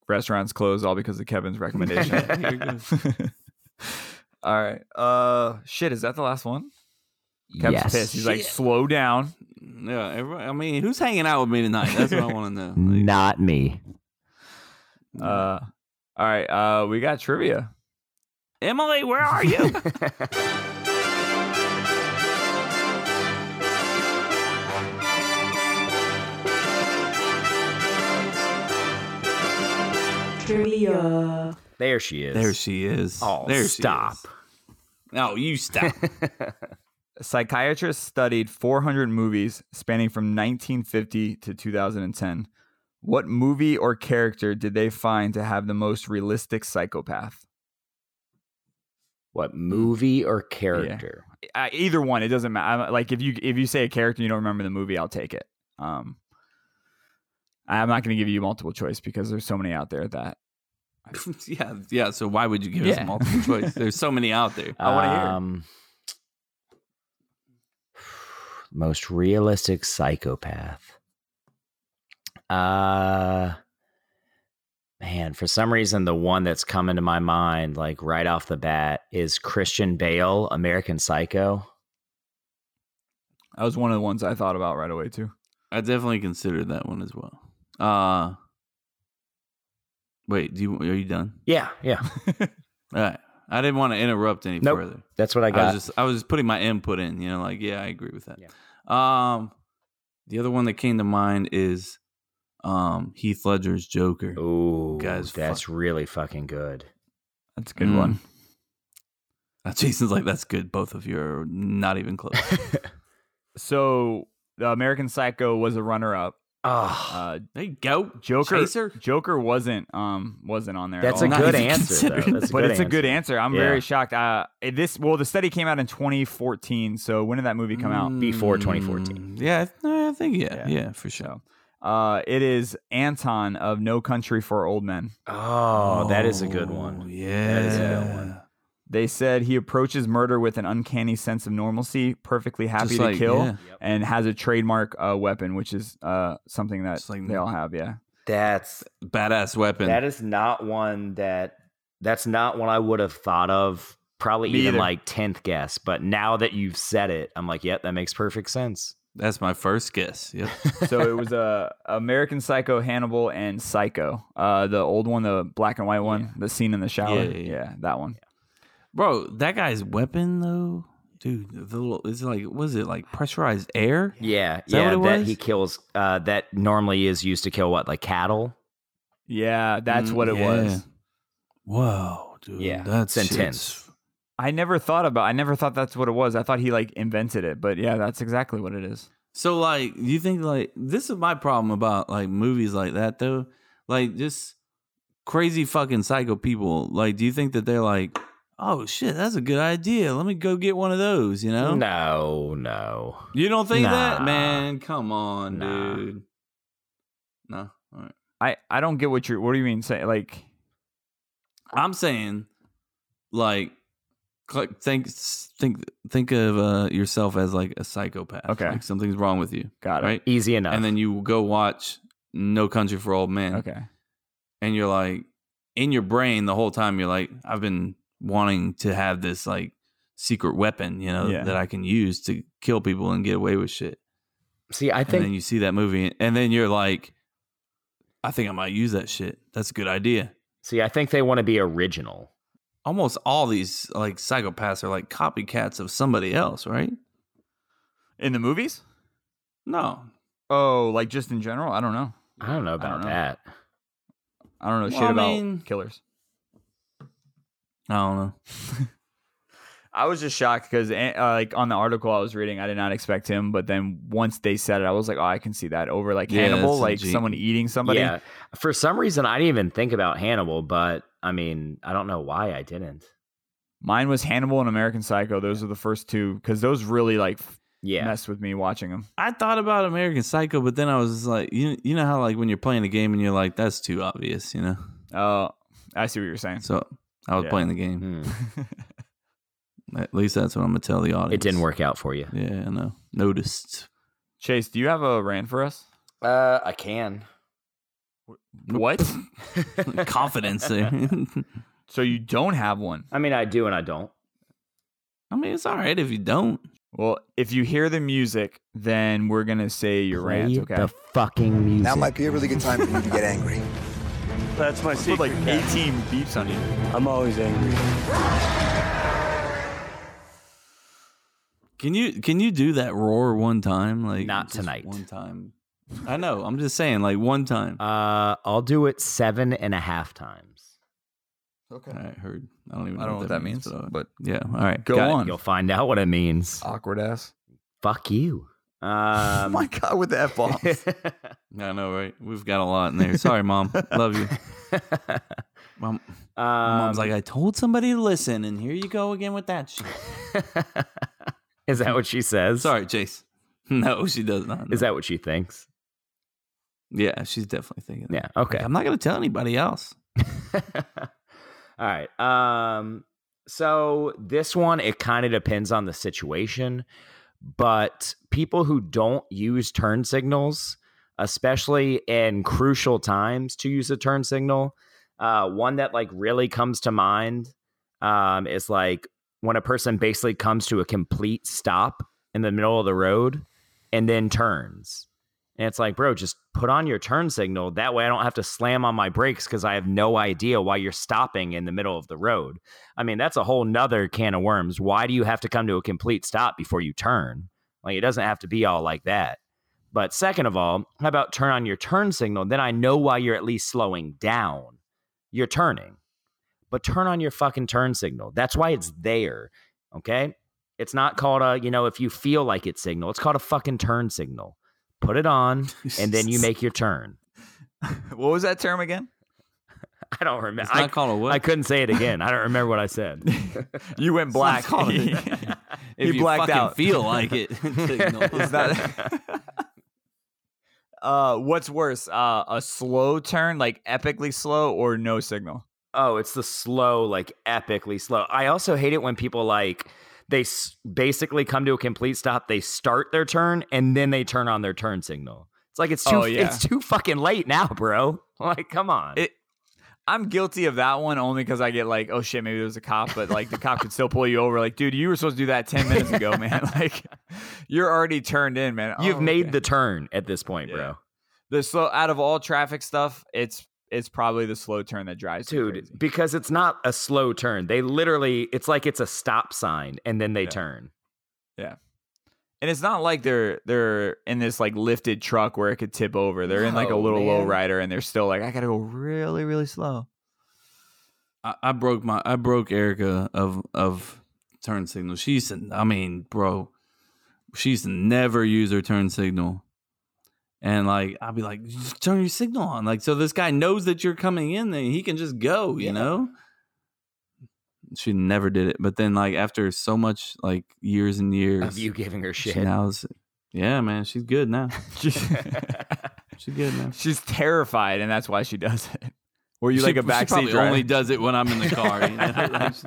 [SPEAKER 4] restaurants close, all because of Kevin's recommendation.
[SPEAKER 1] Here it goes.
[SPEAKER 4] <laughs> all right. Uh, shit. Is that the last one? Kevin's
[SPEAKER 2] Yes.
[SPEAKER 4] pissed. He's like, slow down.
[SPEAKER 1] Yeah, everybody, I mean, who's hanging out with me tonight? That's what I want
[SPEAKER 2] <laughs>
[SPEAKER 1] to know.
[SPEAKER 2] Not me.
[SPEAKER 4] Uh, all right. Uh, we got trivia.
[SPEAKER 1] Emily, where are
[SPEAKER 2] <laughs>
[SPEAKER 1] you?
[SPEAKER 7] Trivia.
[SPEAKER 2] There she is.
[SPEAKER 1] there she is.
[SPEAKER 2] Oh,
[SPEAKER 1] there
[SPEAKER 2] stop.
[SPEAKER 1] She is. No, you
[SPEAKER 2] <laughs>
[SPEAKER 1] stop. <laughs>
[SPEAKER 4] Psychiatrists studied 400 movies spanning from 1950 to 2010. What movie or character did they find to have the most realistic psychopath?
[SPEAKER 2] What movie or character?
[SPEAKER 4] Uh, either one, it doesn't matter. I'm, like if you if you say a character and you don't remember the movie, I'll take it. Um, I'm not going to give you multiple choice because there's so many out there that
[SPEAKER 1] yeah, yeah. So why would you give
[SPEAKER 4] Yeah.
[SPEAKER 1] us
[SPEAKER 2] <laughs>
[SPEAKER 1] multiple choice? There's so many out there.
[SPEAKER 4] I wanna hear it.
[SPEAKER 2] Um, <sighs> most realistic psychopath. Uh man, for some reason the one that's come into my mind like right off the bat is Christian Bale, American Psycho.
[SPEAKER 4] that was one of the ones I thought about right away too.
[SPEAKER 1] I definitely considered that one as well. Uh wait, do you are you done?
[SPEAKER 2] Yeah, yeah.
[SPEAKER 1] All right. I didn't want to interrupt any
[SPEAKER 2] Nope.
[SPEAKER 1] further.
[SPEAKER 2] That's what I
[SPEAKER 1] I,
[SPEAKER 2] got.
[SPEAKER 1] was just I was just putting my input in, you know, like yeah, I agree with that.
[SPEAKER 2] Yeah.
[SPEAKER 1] Um the other one that came to mind is um Heath Ledger's Joker.
[SPEAKER 2] Oh, Ooh,
[SPEAKER 1] guys, fuck.
[SPEAKER 2] that's really fucking good.
[SPEAKER 4] That's a good
[SPEAKER 1] Mm.
[SPEAKER 4] one.
[SPEAKER 1] Uh, Jason's like that's good. Both of you are not even
[SPEAKER 2] <laughs>
[SPEAKER 1] close.
[SPEAKER 4] So the American Psycho was a runner up.
[SPEAKER 2] Oh,
[SPEAKER 4] Uh,
[SPEAKER 1] there you go.
[SPEAKER 4] Joker
[SPEAKER 1] Chaser?
[SPEAKER 4] Joker wasn't um wasn't on there. at
[SPEAKER 2] that's
[SPEAKER 4] all.
[SPEAKER 2] a
[SPEAKER 1] Not
[SPEAKER 2] good
[SPEAKER 4] <laughs>
[SPEAKER 1] even
[SPEAKER 2] answer. Though.
[SPEAKER 1] considered.
[SPEAKER 2] That's a
[SPEAKER 4] but
[SPEAKER 2] good
[SPEAKER 4] it's a good answer. I'm
[SPEAKER 2] Yeah.
[SPEAKER 4] very shocked. Uh, it- this well, the study came out in 2014. So when did that movie come out?
[SPEAKER 2] Before 2014.
[SPEAKER 1] Mm, Yeah, I- no, I think yeah,
[SPEAKER 4] Yeah.
[SPEAKER 1] yeah, for sure.
[SPEAKER 4] Uh, it is Anton of No Country for Old Men.
[SPEAKER 2] Oh, that is a good
[SPEAKER 1] Oh,
[SPEAKER 2] one.
[SPEAKER 1] Yeah,
[SPEAKER 2] is a good one.
[SPEAKER 4] They said he approaches murder with an uncanny sense of normalcy, perfectly happy
[SPEAKER 1] Just
[SPEAKER 4] to
[SPEAKER 1] like-
[SPEAKER 4] kill,
[SPEAKER 2] Oh,
[SPEAKER 1] yeah.
[SPEAKER 4] and has a trademark uh, weapon, which is uh, something that
[SPEAKER 1] Just like-
[SPEAKER 4] they all
[SPEAKER 1] <laughs>
[SPEAKER 4] have. Yeah,
[SPEAKER 2] That's
[SPEAKER 1] Badass weapon.
[SPEAKER 2] That is not one that that's not one I would have thought of. Probably
[SPEAKER 4] Me
[SPEAKER 2] even
[SPEAKER 4] either.
[SPEAKER 2] like tenth guess, but now that you've said it, I'm like, yep, that makes perfect sense.
[SPEAKER 1] That's my first guess. Yep.
[SPEAKER 4] so it was uh, American Psycho, Hannibal, and Psycho. Uh, the old one, the black and white one, the scene in the shower.
[SPEAKER 1] Yeah, yeah, yeah.
[SPEAKER 4] that one.
[SPEAKER 1] Bro, that guy's weapon though, dude. The little is it like was it like pressurized air?
[SPEAKER 2] Yeah,
[SPEAKER 1] Is that
[SPEAKER 2] yeah,
[SPEAKER 1] what it
[SPEAKER 2] that
[SPEAKER 1] was?
[SPEAKER 2] he kills. Uh, that normally is used to kill what, like cattle.
[SPEAKER 4] Yeah, that's
[SPEAKER 1] Mm,
[SPEAKER 4] what it
[SPEAKER 1] yeah.
[SPEAKER 4] was.
[SPEAKER 1] Whoa, dude.
[SPEAKER 2] Yeah,
[SPEAKER 1] that's
[SPEAKER 2] it's intense.
[SPEAKER 4] I never thought about. I never thought that's what it was. I thought he like invented it, but yeah, that's exactly what it is.
[SPEAKER 1] So like, you think like this is my problem about like movies like that though, like just crazy fucking psycho people. Like, do you think that they're like, oh shit, that's a good idea. Let me go get one of those. You know?
[SPEAKER 2] No, no.
[SPEAKER 1] You don't think that,
[SPEAKER 2] Nah.
[SPEAKER 1] man? Come on,
[SPEAKER 2] Nah.
[SPEAKER 1] dude. No. All right.
[SPEAKER 4] I I don't get what you're. What do you mean? Say like
[SPEAKER 1] I'm saying, like, cl- think think think of uh, yourself as like a psychopath.
[SPEAKER 4] Okay.
[SPEAKER 1] like something's wrong with you,
[SPEAKER 4] got it.
[SPEAKER 1] right?
[SPEAKER 2] Easy enough.
[SPEAKER 1] And then you go watch No Country for Old Men,
[SPEAKER 4] Okay.
[SPEAKER 1] and you're like, in your brain the whole time, you're like, I've been wanting to have this like secret weapon, you know,
[SPEAKER 4] Yeah.
[SPEAKER 1] that I can use to kill people and get away with shit.
[SPEAKER 2] see, I
[SPEAKER 1] And then
[SPEAKER 2] think
[SPEAKER 1] you see that movie, and then you're like, I think I might use that shit. That's a good idea.
[SPEAKER 2] see, I think they want to be original.
[SPEAKER 1] almost all these like psychopaths are like copycats of somebody else, right?
[SPEAKER 4] In the movies?
[SPEAKER 1] No.
[SPEAKER 4] Oh, like just in general? I don't know.
[SPEAKER 2] I don't know about
[SPEAKER 4] know.
[SPEAKER 2] that.
[SPEAKER 4] I don't know
[SPEAKER 1] Well,
[SPEAKER 4] shit
[SPEAKER 1] I
[SPEAKER 4] about
[SPEAKER 1] mean-
[SPEAKER 4] killers.
[SPEAKER 1] I don't know.
[SPEAKER 4] I was just shocked because uh, like on the article I was reading, I did not expect him. But then once they said it, I was like, oh, I can see that over like
[SPEAKER 1] Yeah,
[SPEAKER 4] Hannibal,
[SPEAKER 1] that's
[SPEAKER 4] like
[SPEAKER 1] legit.
[SPEAKER 4] someone eating somebody.
[SPEAKER 2] Yeah. For some reason, I didn't even think about Hannibal, but I mean, I don't know why I didn't.
[SPEAKER 4] Mine was Hannibal and American Psycho. Those are the first two because those really like f-
[SPEAKER 2] Yeah.
[SPEAKER 4] messed with me watching them.
[SPEAKER 1] I thought about American Psycho, but then I was just like, you you know how like when you're playing a game and you're like, that's too obvious, you know.
[SPEAKER 4] Uh, I see what you're saying.
[SPEAKER 1] So I was
[SPEAKER 4] Yeah.
[SPEAKER 1] playing the game. <laughs>
[SPEAKER 2] Hmm.
[SPEAKER 1] At least that's what I'm gonna tell the audience.
[SPEAKER 2] It didn't work out for you.
[SPEAKER 1] Yeah, I know. Noticed.
[SPEAKER 4] <laughs> Chase, do you have a rant for us?
[SPEAKER 2] Uh, I can.
[SPEAKER 4] What?
[SPEAKER 1] <laughs>
[SPEAKER 2] <laughs>
[SPEAKER 1] Confidence
[SPEAKER 4] <laughs>
[SPEAKER 1] there.
[SPEAKER 4] so you don't have one?
[SPEAKER 2] I mean, I do and I don't.
[SPEAKER 1] I mean, it's all right if you don't.
[SPEAKER 4] Well, if you hear the music, then we're gonna say your rant. Okay.
[SPEAKER 2] fucking music.
[SPEAKER 8] Now might be a really good time for you to get angry.
[SPEAKER 9] That's my
[SPEAKER 4] Put
[SPEAKER 9] secret.
[SPEAKER 4] like
[SPEAKER 9] now.
[SPEAKER 4] 18 beeps on you.
[SPEAKER 9] I'm always angry.
[SPEAKER 1] Can you can you do that roar one time? Like
[SPEAKER 2] Not
[SPEAKER 1] just
[SPEAKER 2] tonight.
[SPEAKER 1] One time. I know. I'm just saying, like one time.
[SPEAKER 2] uh, I'll do it seven and a half times.
[SPEAKER 8] Okay.
[SPEAKER 1] I heard. I don't even.
[SPEAKER 4] I don't know what that means,
[SPEAKER 1] but, uh,
[SPEAKER 4] but
[SPEAKER 1] yeah. All right.
[SPEAKER 4] go
[SPEAKER 1] got <laughs> it.
[SPEAKER 4] on.
[SPEAKER 2] You'll find out what it means.
[SPEAKER 4] Awkward ass.
[SPEAKER 2] Fuck you. Um,
[SPEAKER 4] Uh, oh my god, with the f bomb.
[SPEAKER 2] <laughs>
[SPEAKER 1] <laughs> I know, right? We've got a lot in there. Sorry, mom. Love you. Mom,
[SPEAKER 2] Um,
[SPEAKER 1] my mom's like, I told somebody to listen, and here you go again with that. Shit.
[SPEAKER 2] <laughs> is that what she says?
[SPEAKER 1] Sorry, Chase. <laughs> No, she does not.
[SPEAKER 2] Is that what she thinks?
[SPEAKER 1] Yeah, she's definitely thinking. that.
[SPEAKER 2] Yeah. Okay.
[SPEAKER 1] I'm not gonna tell anybody else.
[SPEAKER 2] <laughs> All right. Um, so this one, it kind of depends on the situation, but people who don't use turn signals, especially in crucial times to use a turn signal, uh, one that like really comes to mind um, is like when a person basically comes to a complete stop in the middle of the road and then turns. And it's like, bro, just put on your turn signal. That way I don't have to slam on my brakes because I have no idea why you're stopping in the middle of the road. I mean, that's a whole nother can of worms. Why do you have to come to a complete stop before you turn? Like, it doesn't have to be all like that. But second of all, how about turn on your turn signal? Then I know why you're at least slowing down. You're turning, but turn on your fucking turn signal. That's why it's there. Okay. It's not called a, you know, if you feel like it signal, it's called a fucking turn signal. Put it on
[SPEAKER 1] <laughs>
[SPEAKER 2] and
[SPEAKER 4] <laughs>
[SPEAKER 2] then you make your turn.
[SPEAKER 4] What was that term
[SPEAKER 2] <laughs>
[SPEAKER 4] again?
[SPEAKER 2] I don't remember.
[SPEAKER 1] It's
[SPEAKER 2] I,
[SPEAKER 1] not called a what?
[SPEAKER 2] I couldn't say it again. I don't remember what I said.
[SPEAKER 4] <laughs> You went black.
[SPEAKER 1] called it.
[SPEAKER 4] He- <laughs>
[SPEAKER 1] <laughs> if
[SPEAKER 4] he
[SPEAKER 1] you
[SPEAKER 4] blacked
[SPEAKER 1] fucking
[SPEAKER 4] out.
[SPEAKER 1] feel like it. <laughs> signal.
[SPEAKER 4] Is that? <laughs> uh, what's worse, uh, a slow turn, like epically slow, or no signal?
[SPEAKER 2] Oh, it's the slow, like epically slow. I also hate it when people like they s- basically come to a complete stop. They start their turn and then they turn on their turn signal. It's like it's too
[SPEAKER 4] Oh, yeah.
[SPEAKER 2] it's too fucking late now, bro. <laughs> Like, come on.
[SPEAKER 4] It- I'm guilty of that one only because I get like, oh shit, maybe there's a cop, but like the cop could still pull you over. Like, dude, you were supposed to do that ten minutes ago,
[SPEAKER 2] <laughs>
[SPEAKER 4] man. <laughs> Like, you're already turned in, man.
[SPEAKER 2] You've
[SPEAKER 4] Oh,
[SPEAKER 2] made
[SPEAKER 4] okay.
[SPEAKER 2] the turn at this point,
[SPEAKER 4] Yeah.
[SPEAKER 2] bro.
[SPEAKER 4] the slow out of all traffic stuff. It's it's probably the slow turn that drives me
[SPEAKER 2] Dude,
[SPEAKER 4] crazy.
[SPEAKER 2] because it's not a slow turn. They literally it's like it's a stop sign and then they turn.
[SPEAKER 4] And it's not like they're they're in this like lifted truck where it cocould tip over. They're in like a
[SPEAKER 2] No,
[SPEAKER 4] little
[SPEAKER 2] man.
[SPEAKER 4] low rider and they're still like, I gotta go really, really slow.
[SPEAKER 1] I, I broke my I broke Erica of of turn signal. She's I mean, bro, she's never used her turn signal. And like I'll be like, "Just turn your signal on. Like so this guy knows that you're coming in and he can just go, you know? She never did it. But then like after so much like years and years
[SPEAKER 2] Of you giving her
[SPEAKER 1] she
[SPEAKER 2] shit.
[SPEAKER 1] now's yeah, man, she's good
[SPEAKER 2] <laughs>
[SPEAKER 1] now.
[SPEAKER 4] <laughs>
[SPEAKER 1] She's good now.
[SPEAKER 4] She's terrified and that's why she does it. <laughs> Were you
[SPEAKER 1] She-
[SPEAKER 4] like a
[SPEAKER 1] she
[SPEAKER 4] backseat
[SPEAKER 1] probably
[SPEAKER 4] driver?
[SPEAKER 1] only does it when I'm in the car. you know? <laughs> Like, she-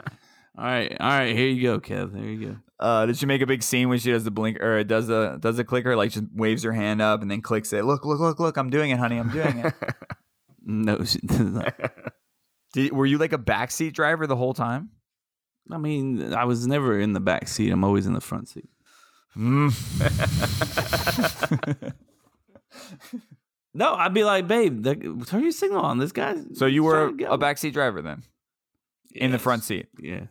[SPEAKER 1] all right, all right, here you go, Kev. There you go.
[SPEAKER 4] uh, did she make a big scene when she does the blink or does the does the clicker like just waves her hand up and then clicks it? Look, look, look, look! I'm doing it, honey. I'm doing
[SPEAKER 1] <laughs>
[SPEAKER 4] it.
[SPEAKER 1] No, <laughs> she does not.
[SPEAKER 4] Did, were you like a backseat driver the whole time?
[SPEAKER 1] I mean, I was never in the back seat. I'm always in the front seat.
[SPEAKER 4] Mm. <laughs>
[SPEAKER 1] No, I'd be like, babe, the, turn your signal on. This guy.
[SPEAKER 4] So you were a backseat driver then, in the front seat.
[SPEAKER 1] Yeah,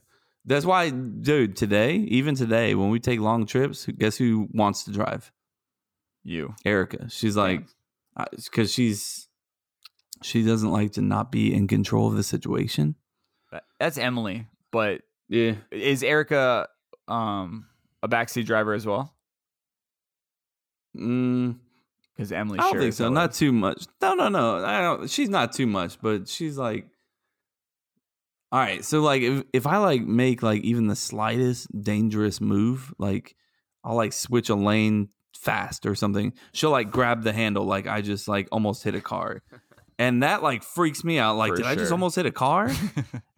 [SPEAKER 1] that's why, dude. Today, even today, when we take long trips, who- guess who wants to drive?
[SPEAKER 4] You.
[SPEAKER 1] Erica. She's like, because she's she doesn't like to not be in control of the situation.
[SPEAKER 4] That- That's Emily. But
[SPEAKER 1] Yeah,
[SPEAKER 4] is Erica um a backseat driver as well?
[SPEAKER 1] Mm,
[SPEAKER 4] Because Emily,
[SPEAKER 1] I don't
[SPEAKER 4] sure
[SPEAKER 1] think
[SPEAKER 4] as
[SPEAKER 1] so.
[SPEAKER 4] hell
[SPEAKER 1] Not
[SPEAKER 4] is.
[SPEAKER 1] too much. No, no, no. I don't. She's not too much, but she's like, all right. So like, if if I like make like even the slightest dangerous move, like I'll like switch a lane fast or something. She'll like grab the handle, like I just like almost hit a
[SPEAKER 4] <laughs>
[SPEAKER 1] car, and that like freaks me out. Like,
[SPEAKER 4] For
[SPEAKER 1] did I just
[SPEAKER 4] sure.
[SPEAKER 1] almost hit a car?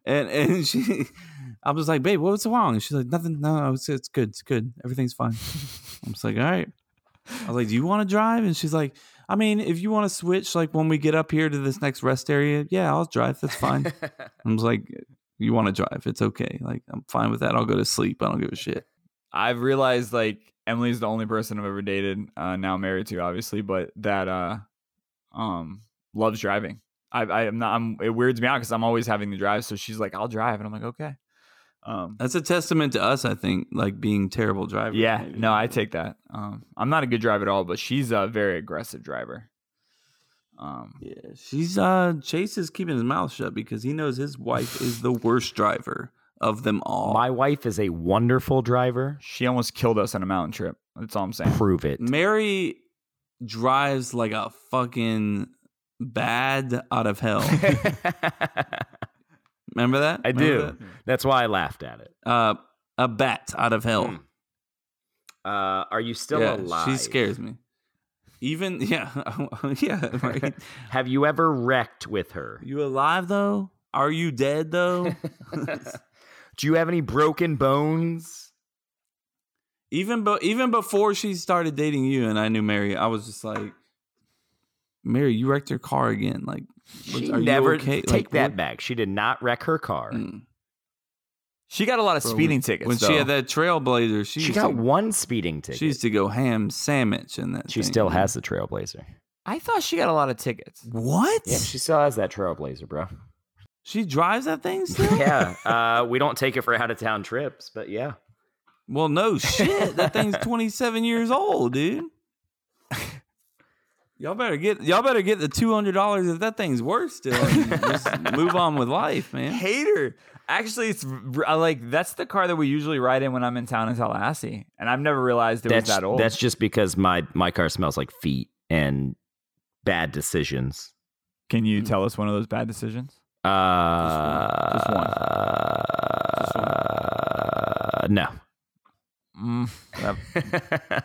[SPEAKER 1] and and <laughs> she. I was like, babe, what's wrong? And she's like, nothing. No, no, it's, it's good. It's good. Everything's
[SPEAKER 4] <laughs>
[SPEAKER 1] fine. I'm just like, all right. I was like, do you want to drive? And she's like, I mean, if you want to switch, like when we get up here to this next rest area, yeah, I'll drive. That's
[SPEAKER 2] <laughs>
[SPEAKER 4] <laughs>
[SPEAKER 1] fine. I was like, you want to drive? It's okay. Like, I'm fine with that. I'll go to sleep. I don't give a shit.
[SPEAKER 4] <laughs> I've realized like Emily's the only person I've ever dated, uh, now married to, obviously, but that uh, um, loves driving. I, I am not. I'm, it weirds me out because I'm always having to drive. So she's like, "I'll drive," and I'm like, "Okay." Um,
[SPEAKER 1] That's a testament to us, I think, like being terrible drivers.
[SPEAKER 4] yeah,
[SPEAKER 1] maybe.
[SPEAKER 4] no, I take that. Um, I'm not a good driver at all, but she's a very aggressive driver. Um,
[SPEAKER 1] Yeah, she's uh Chase is keeping his mouth shut because he knows his wife is the worst driver of them all.
[SPEAKER 2] My wife is a wonderful driver.
[SPEAKER 4] she almost killed us on a mountain trip. That's all I'm saying.
[SPEAKER 1] <laughs>
[SPEAKER 2] Prove it.
[SPEAKER 1] Mary drives
[SPEAKER 2] <laughs>
[SPEAKER 1] like a fucking bad out of hell. Remember that?
[SPEAKER 2] I
[SPEAKER 1] Remember
[SPEAKER 2] do. That's why I laughed at it.
[SPEAKER 1] that? Uh, a bat out of hell.
[SPEAKER 2] Hmm. Uh, are you still
[SPEAKER 1] yeah,
[SPEAKER 2] alive?
[SPEAKER 1] She scares me. Even <laughs> yeah, yeah.
[SPEAKER 2] <laughs>
[SPEAKER 1] Right?
[SPEAKER 2] Have you ever wrecked with her?
[SPEAKER 1] you alive though? Are you dead
[SPEAKER 2] <laughs>
[SPEAKER 1] though?
[SPEAKER 2] Do you have any broken bones?
[SPEAKER 1] even but even before she started dating you and I knew Mary, I was just like, Mary, you wrecked your car again. Like, what-
[SPEAKER 2] She
[SPEAKER 1] are
[SPEAKER 2] never
[SPEAKER 1] you okay?
[SPEAKER 2] take
[SPEAKER 1] Like,
[SPEAKER 2] that
[SPEAKER 1] what-
[SPEAKER 2] back. She did not wreck her car.
[SPEAKER 1] Mm.
[SPEAKER 4] She got a lot of
[SPEAKER 1] Bro,
[SPEAKER 4] speeding
[SPEAKER 1] when-
[SPEAKER 4] tickets.
[SPEAKER 1] When
[SPEAKER 4] though.
[SPEAKER 1] she had that trailblazer, she,
[SPEAKER 2] She
[SPEAKER 1] used
[SPEAKER 2] got
[SPEAKER 1] to,
[SPEAKER 2] one speeding ticket.
[SPEAKER 1] She used to go ham sandwich in that.
[SPEAKER 2] she
[SPEAKER 1] thing.
[SPEAKER 2] still has the Trailblazer.
[SPEAKER 4] I thought she got a lot of tickets.
[SPEAKER 1] What?
[SPEAKER 2] Yeah,
[SPEAKER 1] she,
[SPEAKER 2] she still has that
[SPEAKER 1] <laughs>
[SPEAKER 2] Trailblazer, bro.
[SPEAKER 1] drives that
[SPEAKER 2] <laughs>
[SPEAKER 1] thing still?
[SPEAKER 2] yeah, uh, we don't take it for out of town trips, but yeah.
[SPEAKER 1] Well, no shit. That
[SPEAKER 2] <laughs>
[SPEAKER 1] thing's 27 years old, dude. Y'all better get y'all better get the two hundred dollars if that thing's worth still. and Just move on with life, man.
[SPEAKER 4] Hater. Actually, it's r- I like that's the car that we usually ride in when I'm in town in Tallahassee, and I've never realized it
[SPEAKER 2] that's
[SPEAKER 4] was that old.
[SPEAKER 2] that's just because my my car smells like feet and bad decisions.
[SPEAKER 4] Can you tell us one of those bad decisions?
[SPEAKER 2] Uh,
[SPEAKER 4] Just one.
[SPEAKER 1] Just one.
[SPEAKER 2] uh, no.
[SPEAKER 4] Mm, that-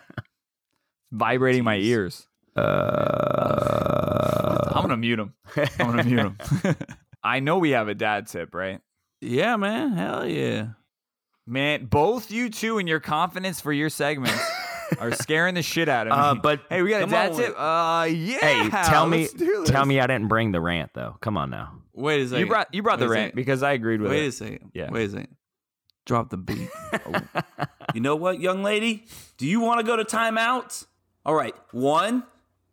[SPEAKER 4] <laughs> vibrating my ears.
[SPEAKER 2] Uh,
[SPEAKER 4] I'm gonna mute him. I'm gonna mute him. I know we have a dad tip, right?
[SPEAKER 1] Yeah, man. Hell yeah.
[SPEAKER 4] Man, both you two and your confidence for your segments are scaring the shit out of
[SPEAKER 2] <laughs>
[SPEAKER 4] me.
[SPEAKER 2] Uh, but
[SPEAKER 4] hey, we got a
[SPEAKER 1] come
[SPEAKER 4] dad
[SPEAKER 1] on
[SPEAKER 4] tip.
[SPEAKER 1] with-
[SPEAKER 4] Uh, yeah.
[SPEAKER 2] hey, tell me,
[SPEAKER 4] let's do this.
[SPEAKER 2] tell me, I didn't bring the rant though. Come on now.
[SPEAKER 1] Wait a second.
[SPEAKER 4] You brought you brought
[SPEAKER 1] Wait
[SPEAKER 4] the
[SPEAKER 1] a
[SPEAKER 4] rant
[SPEAKER 1] second.
[SPEAKER 4] because I agreed with
[SPEAKER 1] Wait a
[SPEAKER 4] it.
[SPEAKER 1] second.
[SPEAKER 4] Yeah.
[SPEAKER 1] Wait a second. Drop the
[SPEAKER 4] <laughs>
[SPEAKER 1] beat. Oh. You know what, young lady? Do you want to go to timeout? All right. One,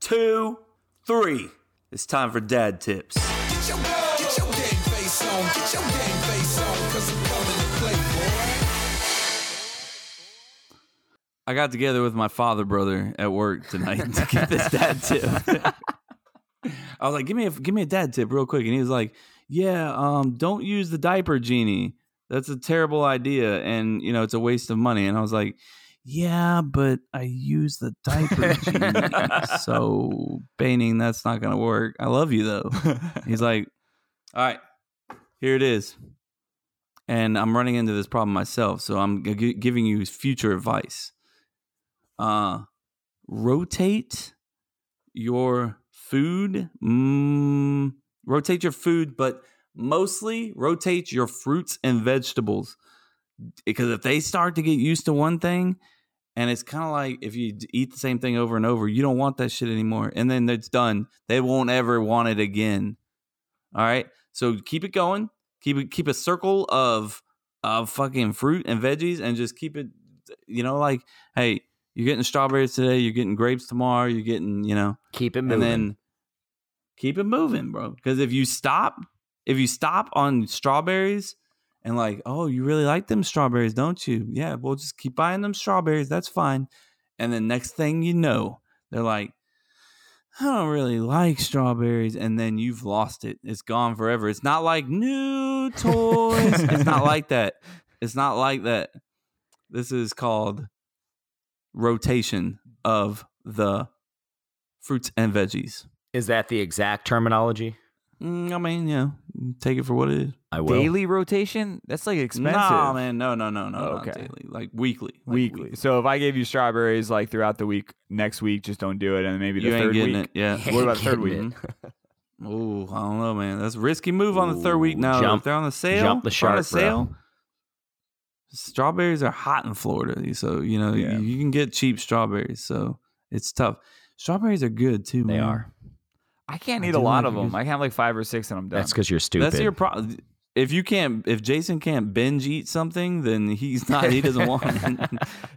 [SPEAKER 1] two, three. It's time for dad tips. I got together with my father brother at work tonight to get this dad tip. <laughs> I was like, "Give me a give me a dad tip real quick," and he was like, "Yeah, um, don't use the diaper genie. That's a terrible idea, and you know it's a waste of money." And I was like, "Yeah, but I use the diaper genie, so painting that's not gonna work. I love you though." He's like, "All right, here it is," and I'm running into this problem myself, so I'm g- gi- giving you future advice. Uh, rotate your food. Mm, rotate your food, but mostly rotate your fruits and vegetables. Because if they start to get used to one thing, and it's kind of like if you d- eat the same thing over and over, you don't want that shit anymore. And then it's done. They won't ever want it again. All right. So keep it going. Keep it, keep a circle of of fucking fruit and veggies and just keep it you know like hey, you're getting strawberries today, you're getting grapes tomorrow, you're getting, you know,
[SPEAKER 2] Keep it moving.
[SPEAKER 1] and then keep it moving, bro. Because if you stop, if you stop on strawberries and like, oh, you really like them strawberries, don't you? Yeah, we'll just keep buying them strawberries. That's fine. And then next thing you know, they're like, I don't really like strawberries. And then you've lost it. It's gone forever. It's not like
[SPEAKER 4] <laughs>
[SPEAKER 1] new toys. it's not like that. It's not like that. This is called rotation of the fruits and veggies.
[SPEAKER 2] Is that the exact terminology?
[SPEAKER 1] Mm, I mean, yeah, take it for what it is.
[SPEAKER 2] I will.
[SPEAKER 4] Daily rotation? That's like expensive.
[SPEAKER 1] Nah, man, no, no, no, no,
[SPEAKER 4] Oh,
[SPEAKER 1] not
[SPEAKER 4] okay.
[SPEAKER 1] daily, like weekly, like
[SPEAKER 4] Weekly. So if I gave you strawberries like throughout the week, next week just don't do it, and maybe the
[SPEAKER 1] You ain't
[SPEAKER 4] third
[SPEAKER 1] getting
[SPEAKER 4] week.
[SPEAKER 1] it, yeah.
[SPEAKER 4] What about the third week?
[SPEAKER 2] Getting
[SPEAKER 1] Oh, I don't know, man. That's a risky move on the third week.
[SPEAKER 2] Ooh,
[SPEAKER 1] Now
[SPEAKER 2] jump-
[SPEAKER 1] if they're on the sale.
[SPEAKER 2] jump the
[SPEAKER 1] if they're on
[SPEAKER 2] shark, bro.
[SPEAKER 1] Strawberries are hot in Florida, so you know
[SPEAKER 4] Yeah.
[SPEAKER 1] you, you can get cheap strawberries. So it's tough. Strawberries are good too.
[SPEAKER 2] They
[SPEAKER 1] man.
[SPEAKER 2] are.
[SPEAKER 4] I can't
[SPEAKER 1] I
[SPEAKER 4] eat a
[SPEAKER 1] do like
[SPEAKER 4] lot of
[SPEAKER 1] it
[SPEAKER 4] them.
[SPEAKER 1] because-
[SPEAKER 4] I can have like five or six, and I'm done.
[SPEAKER 2] That's because you're stupid.
[SPEAKER 1] That's your problem. If you can't, if Jason can't binge eat something, then he's not. He
[SPEAKER 2] <laughs>
[SPEAKER 1] doesn't want. it.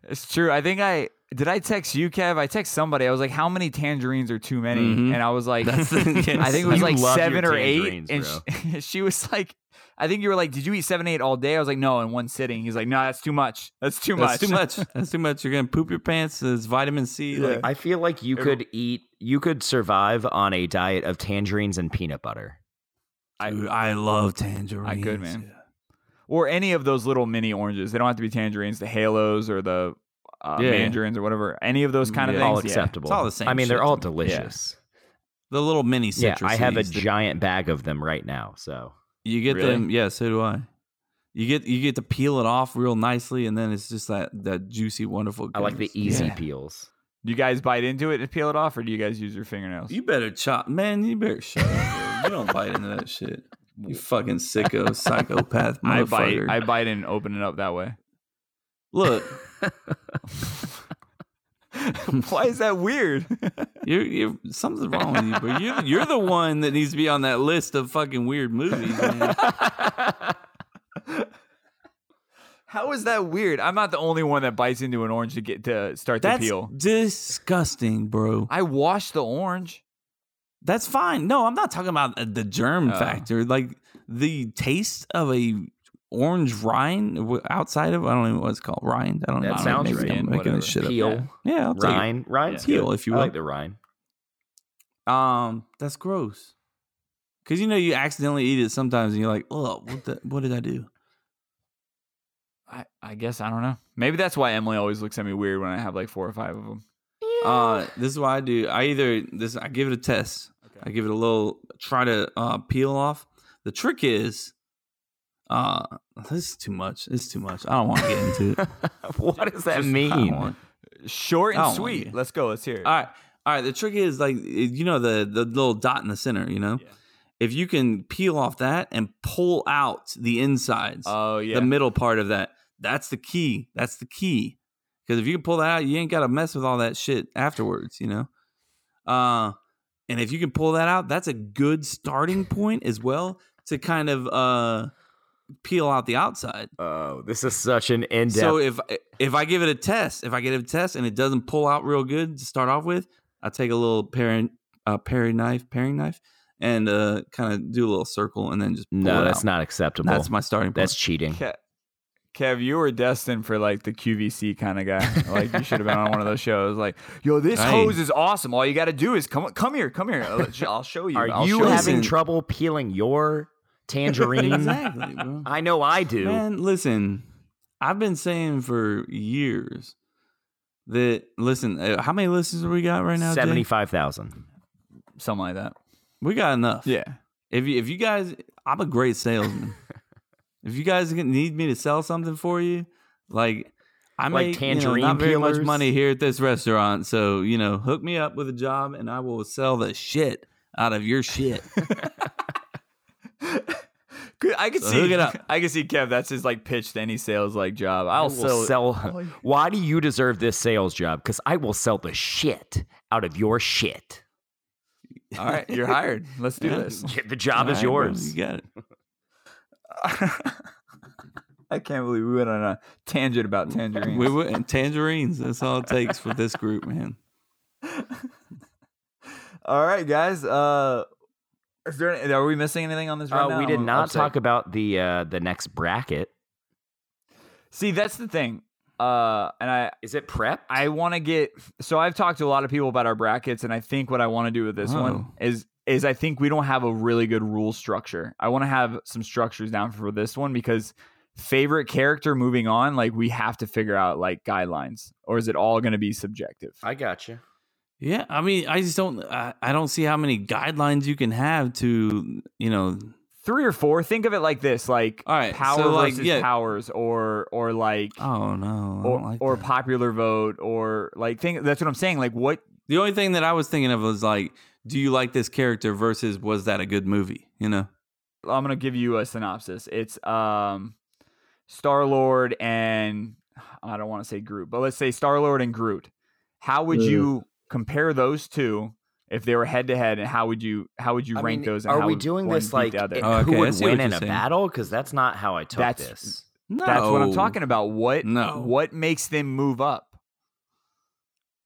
[SPEAKER 4] It's true. I think I did. I text you, Kev. I text somebody. I was like, "How many tangerines are too many?"
[SPEAKER 1] Mhm.
[SPEAKER 4] And <laughs> I was like,
[SPEAKER 1] That's the- yes.
[SPEAKER 4] "I think it was
[SPEAKER 2] You
[SPEAKER 4] like
[SPEAKER 2] love your
[SPEAKER 4] seven or eight.
[SPEAKER 2] tangerines,
[SPEAKER 4] And
[SPEAKER 2] bro.
[SPEAKER 4] she, <laughs> she was like, "I think you were like, did you eat seven, eight all day?" I was like, "No, in one sitting." He's like, "No, that's too much. That's too
[SPEAKER 1] <laughs> That's
[SPEAKER 4] much.
[SPEAKER 1] too
[SPEAKER 4] <laughs>
[SPEAKER 1] much. That's too much. You're gonna poop your pants. It's vitamin C. Like
[SPEAKER 2] I feel like you could eat. You could survive on a diet of tangerines and peanut butter.
[SPEAKER 1] Dude, I love tangerines.
[SPEAKER 4] I could, man. Or any of those little mini oranges. They don't have to be tangerines. The halos or the uh,
[SPEAKER 1] Yeah, yeah.
[SPEAKER 4] mandarins or whatever. Any of those kind of
[SPEAKER 1] Yeah.
[SPEAKER 2] all
[SPEAKER 4] things. yeah.
[SPEAKER 2] acceptable.
[SPEAKER 1] It's all the same
[SPEAKER 2] I mean,
[SPEAKER 1] shit
[SPEAKER 2] they're all
[SPEAKER 1] to
[SPEAKER 2] delicious.
[SPEAKER 1] The little mini
[SPEAKER 2] Yeah,
[SPEAKER 1] citrus.
[SPEAKER 2] I have a giant bag of them right now. So
[SPEAKER 1] You get
[SPEAKER 2] Really?
[SPEAKER 1] them, yeah. So do I. You get you get to peel it off real nicely, and then it's just that that juicy, wonderful.
[SPEAKER 2] I like the
[SPEAKER 1] goodness.
[SPEAKER 2] easy
[SPEAKER 4] Yeah.
[SPEAKER 2] peels.
[SPEAKER 4] Do you guys bite into it and peel it off, or do you guys use your fingernails?
[SPEAKER 1] You better chop, man. You better shut up. Bro. You don't bite into that shit. You fucking sicko,
[SPEAKER 2] <laughs>
[SPEAKER 1] psychopath,
[SPEAKER 4] I
[SPEAKER 1] motherfucker.
[SPEAKER 4] bite. I bite and open it up that way. <laughs>
[SPEAKER 2] <laughs>
[SPEAKER 1] Look,
[SPEAKER 4] Why is that weird?
[SPEAKER 1] <laughs>
[SPEAKER 4] <laughs>
[SPEAKER 1] you're, you're something's wrong with you, bro. You're, you're the one that needs to be on that list of fucking weird movies.
[SPEAKER 2] <laughs>
[SPEAKER 1] Man.
[SPEAKER 4] How is that weird? I'm not the only one that bites into an orange to get to start
[SPEAKER 1] That's
[SPEAKER 4] the peel.
[SPEAKER 1] disgusting, bro.
[SPEAKER 4] I wash the orange.
[SPEAKER 1] That's fine. No, I'm not talking about uh, the germ
[SPEAKER 4] Oh.
[SPEAKER 1] factor. Like the taste of a orange rind w- outside of I don't even know what it's called. Rind. I don't
[SPEAKER 2] That
[SPEAKER 1] know.
[SPEAKER 2] sounds
[SPEAKER 1] Maybe
[SPEAKER 4] right.
[SPEAKER 1] I'm making this shit up.
[SPEAKER 2] Peel,
[SPEAKER 1] Yeah, I'll take it.
[SPEAKER 2] rind, rind's
[SPEAKER 1] Peel,
[SPEAKER 2] good.
[SPEAKER 1] if you
[SPEAKER 2] I
[SPEAKER 1] will.
[SPEAKER 2] like the rind. <laughs>
[SPEAKER 1] Um, that's gross. Cause you know you accidentally eat it sometimes, and you're like, "Oh, what, the, what did I do?"
[SPEAKER 4] I, I guess I don't know. Maybe that's why Emily always looks at me weird when I have like four or five of them.
[SPEAKER 1] Uh, this is what I do. I either this I give it a test. I give it a little try to uh, peel off. The trick is, uh, this is too much. It's too much. I don't want to get into it.
[SPEAKER 2] <laughs> what does that
[SPEAKER 1] Just- I
[SPEAKER 2] mean?
[SPEAKER 1] don't want-
[SPEAKER 4] Short
[SPEAKER 1] I
[SPEAKER 4] and
[SPEAKER 1] don't like
[SPEAKER 4] sweet.
[SPEAKER 1] it.
[SPEAKER 4] Let's go. Let's hear it.
[SPEAKER 1] All right, all right. The trick is like you know the the little dot in the center. You know, if you can peel off that and pull out the insides,
[SPEAKER 4] oh yeah.
[SPEAKER 1] the middle part of that. That's the key. That's the key. Because if you can pull that out, you ain't got to mess with all that shit afterwards. You know. Uh, and if you can pull that out, that's a good starting point as well to kind of uh peel out the outside.
[SPEAKER 2] Oh, this is such an in-depth.
[SPEAKER 1] So if if I give it a test, if I give it a test and it doesn't pull out real good to start off with, I take a little paring uh, paring knife, paring knife, and uh, kind of do a little circle and then just pull
[SPEAKER 2] no,
[SPEAKER 1] it
[SPEAKER 2] that's
[SPEAKER 1] out.
[SPEAKER 2] not acceptable.
[SPEAKER 1] That's my starting point.
[SPEAKER 2] That's cheating.
[SPEAKER 4] Ke- Kev, you were destined for like the QVC kind of guy. Like you should have been on one of those shows. Like, yo, this
[SPEAKER 1] Hey.
[SPEAKER 4] hose is awesome. All you got to do is come, come here, come here. I'll, I'll show you.
[SPEAKER 2] Are
[SPEAKER 4] I'll
[SPEAKER 2] you
[SPEAKER 4] show
[SPEAKER 2] having
[SPEAKER 1] Listen.
[SPEAKER 2] trouble peeling
[SPEAKER 1] <laughs>
[SPEAKER 2] your tangerine?
[SPEAKER 1] exactly,
[SPEAKER 2] <laughs>
[SPEAKER 1] bro.
[SPEAKER 2] I know I do.
[SPEAKER 1] Man, listen, I've been saying for years that listen, uh, how many listeners we got right now? Jay?
[SPEAKER 2] Seventy-five thousand.
[SPEAKER 4] something like that?
[SPEAKER 1] We got enough.
[SPEAKER 4] Yeah.
[SPEAKER 1] If you, if you guys, I'm a great <laughs> salesman. if you guys need me to sell something for you, like I
[SPEAKER 2] Like
[SPEAKER 1] make you
[SPEAKER 2] tangerine
[SPEAKER 1] know, not very much
[SPEAKER 2] peelers?
[SPEAKER 1] money here at this restaurant, so you know, hook me up with a job, and I will sell the shit out of your <laughs> shit.
[SPEAKER 4] Good. I could
[SPEAKER 1] So
[SPEAKER 4] see.
[SPEAKER 1] hook it up.
[SPEAKER 4] <laughs> I could see Kev. That's his like pitch to any sales like job.
[SPEAKER 2] I
[SPEAKER 4] I'll
[SPEAKER 2] will
[SPEAKER 4] sell.
[SPEAKER 1] <laughs>
[SPEAKER 2] sell. Why do you deserve this sales job? Because I will sell the shit out of
[SPEAKER 1] <laughs>
[SPEAKER 2] your shit.
[SPEAKER 4] All right, <laughs> you're hired. Let's do
[SPEAKER 1] Yeah.
[SPEAKER 4] this.
[SPEAKER 2] Yeah, The job
[SPEAKER 1] All
[SPEAKER 2] is
[SPEAKER 1] right, bro,
[SPEAKER 2] yours.
[SPEAKER 1] You got it.
[SPEAKER 4] I can't believe we went on a tangent about tangerines.
[SPEAKER 1] We went tangerines. That's all it takes for this group, man.
[SPEAKER 4] All right, guys. Uh, is there? Any, are we missing anything on this? Right
[SPEAKER 2] Uh,
[SPEAKER 4] now?
[SPEAKER 2] we did
[SPEAKER 4] I'm
[SPEAKER 2] not
[SPEAKER 4] upset.
[SPEAKER 2] talk about the uh, the next bracket.
[SPEAKER 4] See, that's the thing. Uh, and I,
[SPEAKER 2] Is it prep?
[SPEAKER 4] I want to get so I've talked to a lot of people about our brackets, and I think what I want to do with this one
[SPEAKER 1] Oh.
[SPEAKER 4] is is I think we don't have a really good rule structure. I want to have some structures down for this one because favorite character moving on, like we have to figure out like guidelines, or is it all going to be subjective?
[SPEAKER 2] I got you.
[SPEAKER 1] Yeah, I mean, I just don't. I, I don't see how many guidelines you can have to, you know.
[SPEAKER 4] Three or four. Think of it like this: like
[SPEAKER 1] All right,
[SPEAKER 4] power
[SPEAKER 1] so, like,
[SPEAKER 4] versus
[SPEAKER 1] yeah.
[SPEAKER 4] powers, or or like.
[SPEAKER 1] Oh no, I
[SPEAKER 4] or,
[SPEAKER 1] don't like
[SPEAKER 4] or
[SPEAKER 1] that.
[SPEAKER 4] popular vote or like thing that's what i'm saying like what
[SPEAKER 1] the only thing that I was thinking of was like, do you like this character versus was that a good movie? You know,
[SPEAKER 4] I'm gonna give you a synopsis. It's um, Star Lord and I don't want to say Groot, but let's say Star Lord and Groot. How would
[SPEAKER 2] Mm.
[SPEAKER 4] you compare those two if they were head to head, and how would you how would you
[SPEAKER 2] I
[SPEAKER 4] rank
[SPEAKER 2] mean,
[SPEAKER 4] those? And
[SPEAKER 2] Are
[SPEAKER 4] how
[SPEAKER 2] we
[SPEAKER 4] would
[SPEAKER 2] doing
[SPEAKER 4] one
[SPEAKER 2] this
[SPEAKER 4] beat
[SPEAKER 2] like
[SPEAKER 4] the other?
[SPEAKER 2] it-
[SPEAKER 1] Oh, okay,
[SPEAKER 2] who
[SPEAKER 1] I
[SPEAKER 2] would
[SPEAKER 1] see what
[SPEAKER 2] win
[SPEAKER 1] you're
[SPEAKER 2] in a
[SPEAKER 1] saying.
[SPEAKER 2] battle? Because that's not how I took
[SPEAKER 4] That's-
[SPEAKER 2] this.
[SPEAKER 4] That's what I'm
[SPEAKER 1] No.
[SPEAKER 4] talking about. What
[SPEAKER 1] No.
[SPEAKER 4] what makes them move up?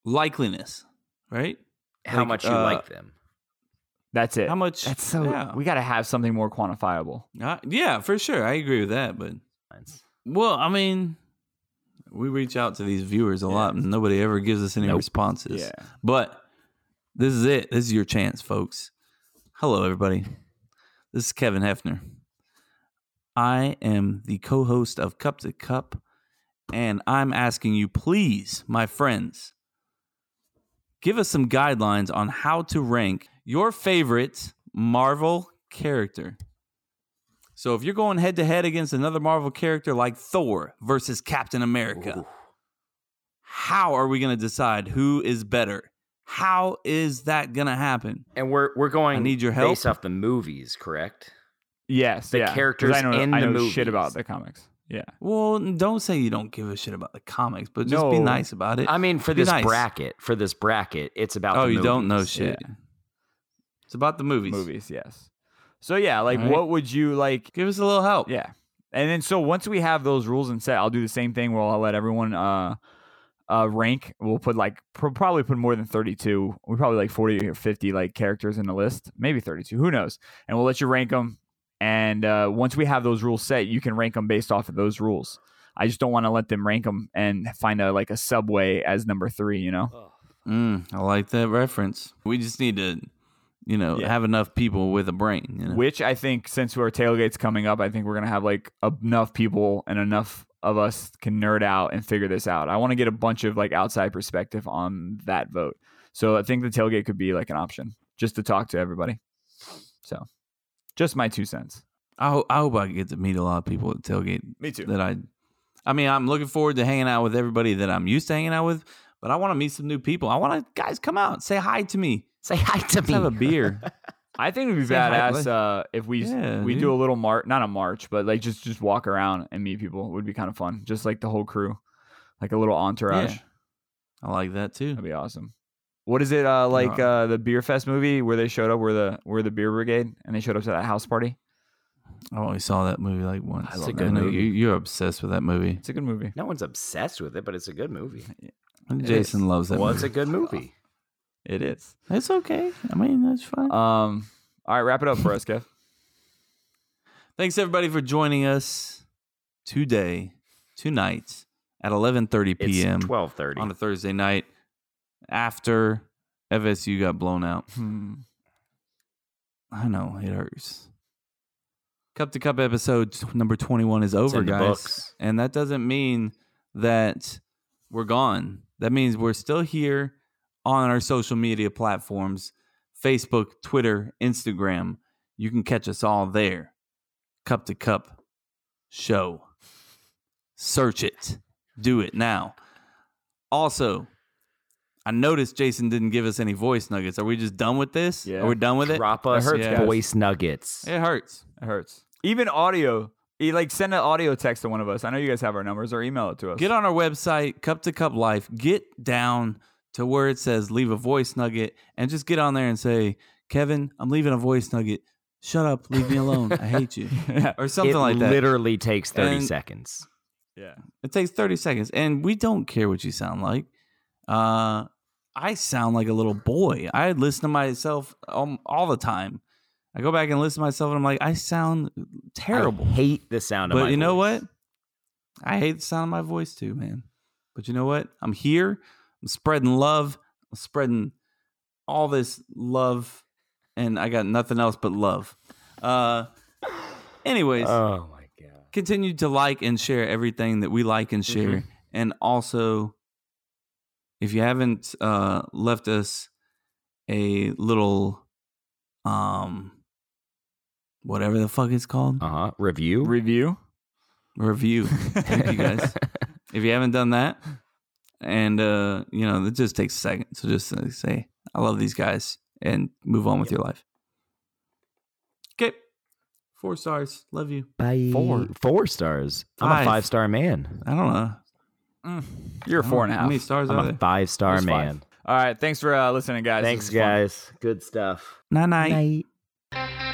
[SPEAKER 1] Likeliness, right?
[SPEAKER 2] How
[SPEAKER 1] Like,
[SPEAKER 2] much you
[SPEAKER 1] uh,
[SPEAKER 2] like them?
[SPEAKER 4] That's it.
[SPEAKER 1] How much?
[SPEAKER 4] That's so.
[SPEAKER 1] Yeah,
[SPEAKER 4] We got to have something more quantifiable.
[SPEAKER 1] Uh, yeah, for sure. I agree with that. But well, I mean, we reach out to these viewers a lot, and nobody ever gives us any
[SPEAKER 2] Nope.
[SPEAKER 1] responses. But this is it. This is your chance, folks. Hello, everybody. This is Kevin Hefner. I am the co host of Cup to Cup, and I'm asking you, please, my friends, give us some guidelines on how to rank your favorite Marvel character. So if you're going head to head against another Marvel character like Thor versus Captain America, how are we going to decide who is better? How is that going to happen?
[SPEAKER 2] And we're we're going
[SPEAKER 1] I need your
[SPEAKER 2] based
[SPEAKER 1] help.
[SPEAKER 2] off the movies, correct?
[SPEAKER 4] Yes,
[SPEAKER 2] The
[SPEAKER 4] yeah, 'cause
[SPEAKER 2] characters
[SPEAKER 4] I know,
[SPEAKER 2] in
[SPEAKER 4] I
[SPEAKER 2] the
[SPEAKER 4] know shit
[SPEAKER 2] movies.
[SPEAKER 4] about the comics. Yeah,
[SPEAKER 1] Well, don't say you don't give a shit about the comics, but just be
[SPEAKER 4] No.
[SPEAKER 1] nice about it.
[SPEAKER 2] I mean, for
[SPEAKER 1] Be
[SPEAKER 2] this
[SPEAKER 1] nice.
[SPEAKER 2] bracket, for this bracket, it's about.
[SPEAKER 1] oh,
[SPEAKER 2] the
[SPEAKER 1] you don't know
[SPEAKER 2] movies.
[SPEAKER 1] shit. It's about the movies.
[SPEAKER 4] movies. Yes. So yeah, like
[SPEAKER 1] Alright.
[SPEAKER 4] what would you like?
[SPEAKER 1] Give us a little help.
[SPEAKER 4] Yeah. And then so once we have those rules and set, I'll do the same thing where I'll let everyone uh uh rank. We'll put like pro probably put more than 32. We probably like 40 or 50 like characters in the list, maybe 32, who knows. And we'll let you rank them and uh once we have those rules set, you can rank them based off of those rules. I just don't want to let them rank them and find a like a subway as number 3, you know.
[SPEAKER 1] Mm, I like that reference. We just need to, you know,
[SPEAKER 4] Yeah.
[SPEAKER 1] have enough people with a brain. You know?
[SPEAKER 4] Which I think, since our tailgate's coming up, I think we're gonna have like enough people and enough of us can nerd out and figure this out. I want to get a bunch of like outside perspective on that vote. So I think the tailgate could be like an option just to talk to everybody. So, just my two cents.
[SPEAKER 1] I, ho- I hope I get to meet a lot of people at the tailgate
[SPEAKER 4] Me too.
[SPEAKER 1] that I, I mean, I'm looking forward to hanging out with everybody that I'm used to hanging out with, but I want to meet some new people. I want to, guys, come out, say hi to me.
[SPEAKER 2] Say hi to
[SPEAKER 1] Let's
[SPEAKER 2] me.
[SPEAKER 1] have a beer.
[SPEAKER 4] I think it'd be
[SPEAKER 1] Say hi,
[SPEAKER 4] badass
[SPEAKER 1] bud.
[SPEAKER 4] uh, if we
[SPEAKER 1] Yeah,
[SPEAKER 4] we
[SPEAKER 1] dude.
[SPEAKER 4] do a little march, not a march, but like just just walk around and meet people. It would be kind of fun. Just like the whole crew, like a little entourage.
[SPEAKER 1] Yeah. I like that too.
[SPEAKER 4] That'd be awesome. What is it uh, like uh, the beer fest movie where they showed up where the where the beer brigade and they showed up to that house party?
[SPEAKER 1] I only saw that movie like once.
[SPEAKER 2] love
[SPEAKER 1] I
[SPEAKER 2] that
[SPEAKER 1] know
[SPEAKER 2] movie.
[SPEAKER 1] You, you're obsessed with that movie.
[SPEAKER 4] It's a good movie.
[SPEAKER 2] <laughs> No one's obsessed with it, but it's a good movie.
[SPEAKER 1] And Jason
[SPEAKER 2] is.
[SPEAKER 1] loves that
[SPEAKER 2] well, it's
[SPEAKER 1] movie.
[SPEAKER 2] a good movie.
[SPEAKER 4] It is.
[SPEAKER 1] It's okay. I mean, that's fine.
[SPEAKER 4] Um. All right, wrap it up for us, <laughs> Kev.
[SPEAKER 1] Thanks everybody for joining us today, tonight at 11:30
[SPEAKER 2] It's
[SPEAKER 1] p.m.
[SPEAKER 2] twelve thirty.
[SPEAKER 1] on a Thursday night after FSU got blown out.
[SPEAKER 4] Hmm,
[SPEAKER 1] I know it hurts. Cup to Cup episode t- number 21 is over,
[SPEAKER 2] in the
[SPEAKER 1] guys.
[SPEAKER 2] books.
[SPEAKER 1] And that doesn't mean that we're gone. That means we're still here on our social media platforms Facebook, Twitter, Instagram. You can catch us all there. Cup to Cup Show. Search it. Do it now. Also, I noticed Jason didn't give us any voice nuggets. Are we just done with this?
[SPEAKER 4] Yeah.
[SPEAKER 1] Are we done with it?
[SPEAKER 2] Drop us
[SPEAKER 4] hurts,
[SPEAKER 1] guys.
[SPEAKER 2] voice nuggets.
[SPEAKER 1] It hurts.
[SPEAKER 4] It hurts. Even audio. You, like send an audio text to one of us. I know you guys have our numbers or email it to us.
[SPEAKER 1] Get on our website, Cup to Cup Life. Get down to where it says leave a voice nugget and just get on there and say, Kevin, I'm leaving a voice nugget. Shut up. Leave me alone. I hate
[SPEAKER 2] <laughs>
[SPEAKER 1] you.
[SPEAKER 4] yeah.
[SPEAKER 1] Or something
[SPEAKER 2] it
[SPEAKER 1] like that.
[SPEAKER 2] Literally takes thirty
[SPEAKER 1] And-
[SPEAKER 2] seconds.
[SPEAKER 4] yeah.
[SPEAKER 1] It takes 30 seconds. And we don't care what you sound like. Uh, I sound like a little boy. I listen to myself um, all the time. I go back and listen to myself and I'm like, I sound terrible.
[SPEAKER 2] I hate the sound of
[SPEAKER 1] but
[SPEAKER 2] my
[SPEAKER 1] you know
[SPEAKER 2] voice.
[SPEAKER 1] what? I hate the sound of my voice too, man. But you know what? I'm here. I'm spreading love. I'm spreading all this love, and I got nothing else but love. Uh, anyways,
[SPEAKER 2] Oh my god.
[SPEAKER 1] continue to like and share everything that we like and share,
[SPEAKER 2] Mm-hmm.
[SPEAKER 1] and also, if you haven't uh, left us a little, um, whatever the fuck it's called,
[SPEAKER 2] Uh huh. Review.
[SPEAKER 4] Review.
[SPEAKER 1] review. Thank you <laughs> guys. if you haven't done that, and uh, you know, it just takes a second. So just uh, say, I love these guys and move on with your life. Okay. Four stars. Love you.
[SPEAKER 2] Bye.
[SPEAKER 1] Four.
[SPEAKER 2] Four stars. I'm
[SPEAKER 1] Five.
[SPEAKER 2] a five star man.
[SPEAKER 1] I don't know.
[SPEAKER 4] You're a four and a
[SPEAKER 1] How many
[SPEAKER 4] half.
[SPEAKER 1] stars
[SPEAKER 2] I'm
[SPEAKER 1] are
[SPEAKER 2] a
[SPEAKER 1] there?
[SPEAKER 2] five star
[SPEAKER 4] It's five.
[SPEAKER 2] man.
[SPEAKER 4] All right. Thanks for uh, listening, guys. This
[SPEAKER 2] Thanks,
[SPEAKER 4] was fun.
[SPEAKER 2] guys. Good stuff.
[SPEAKER 1] Night night.
[SPEAKER 2] Night.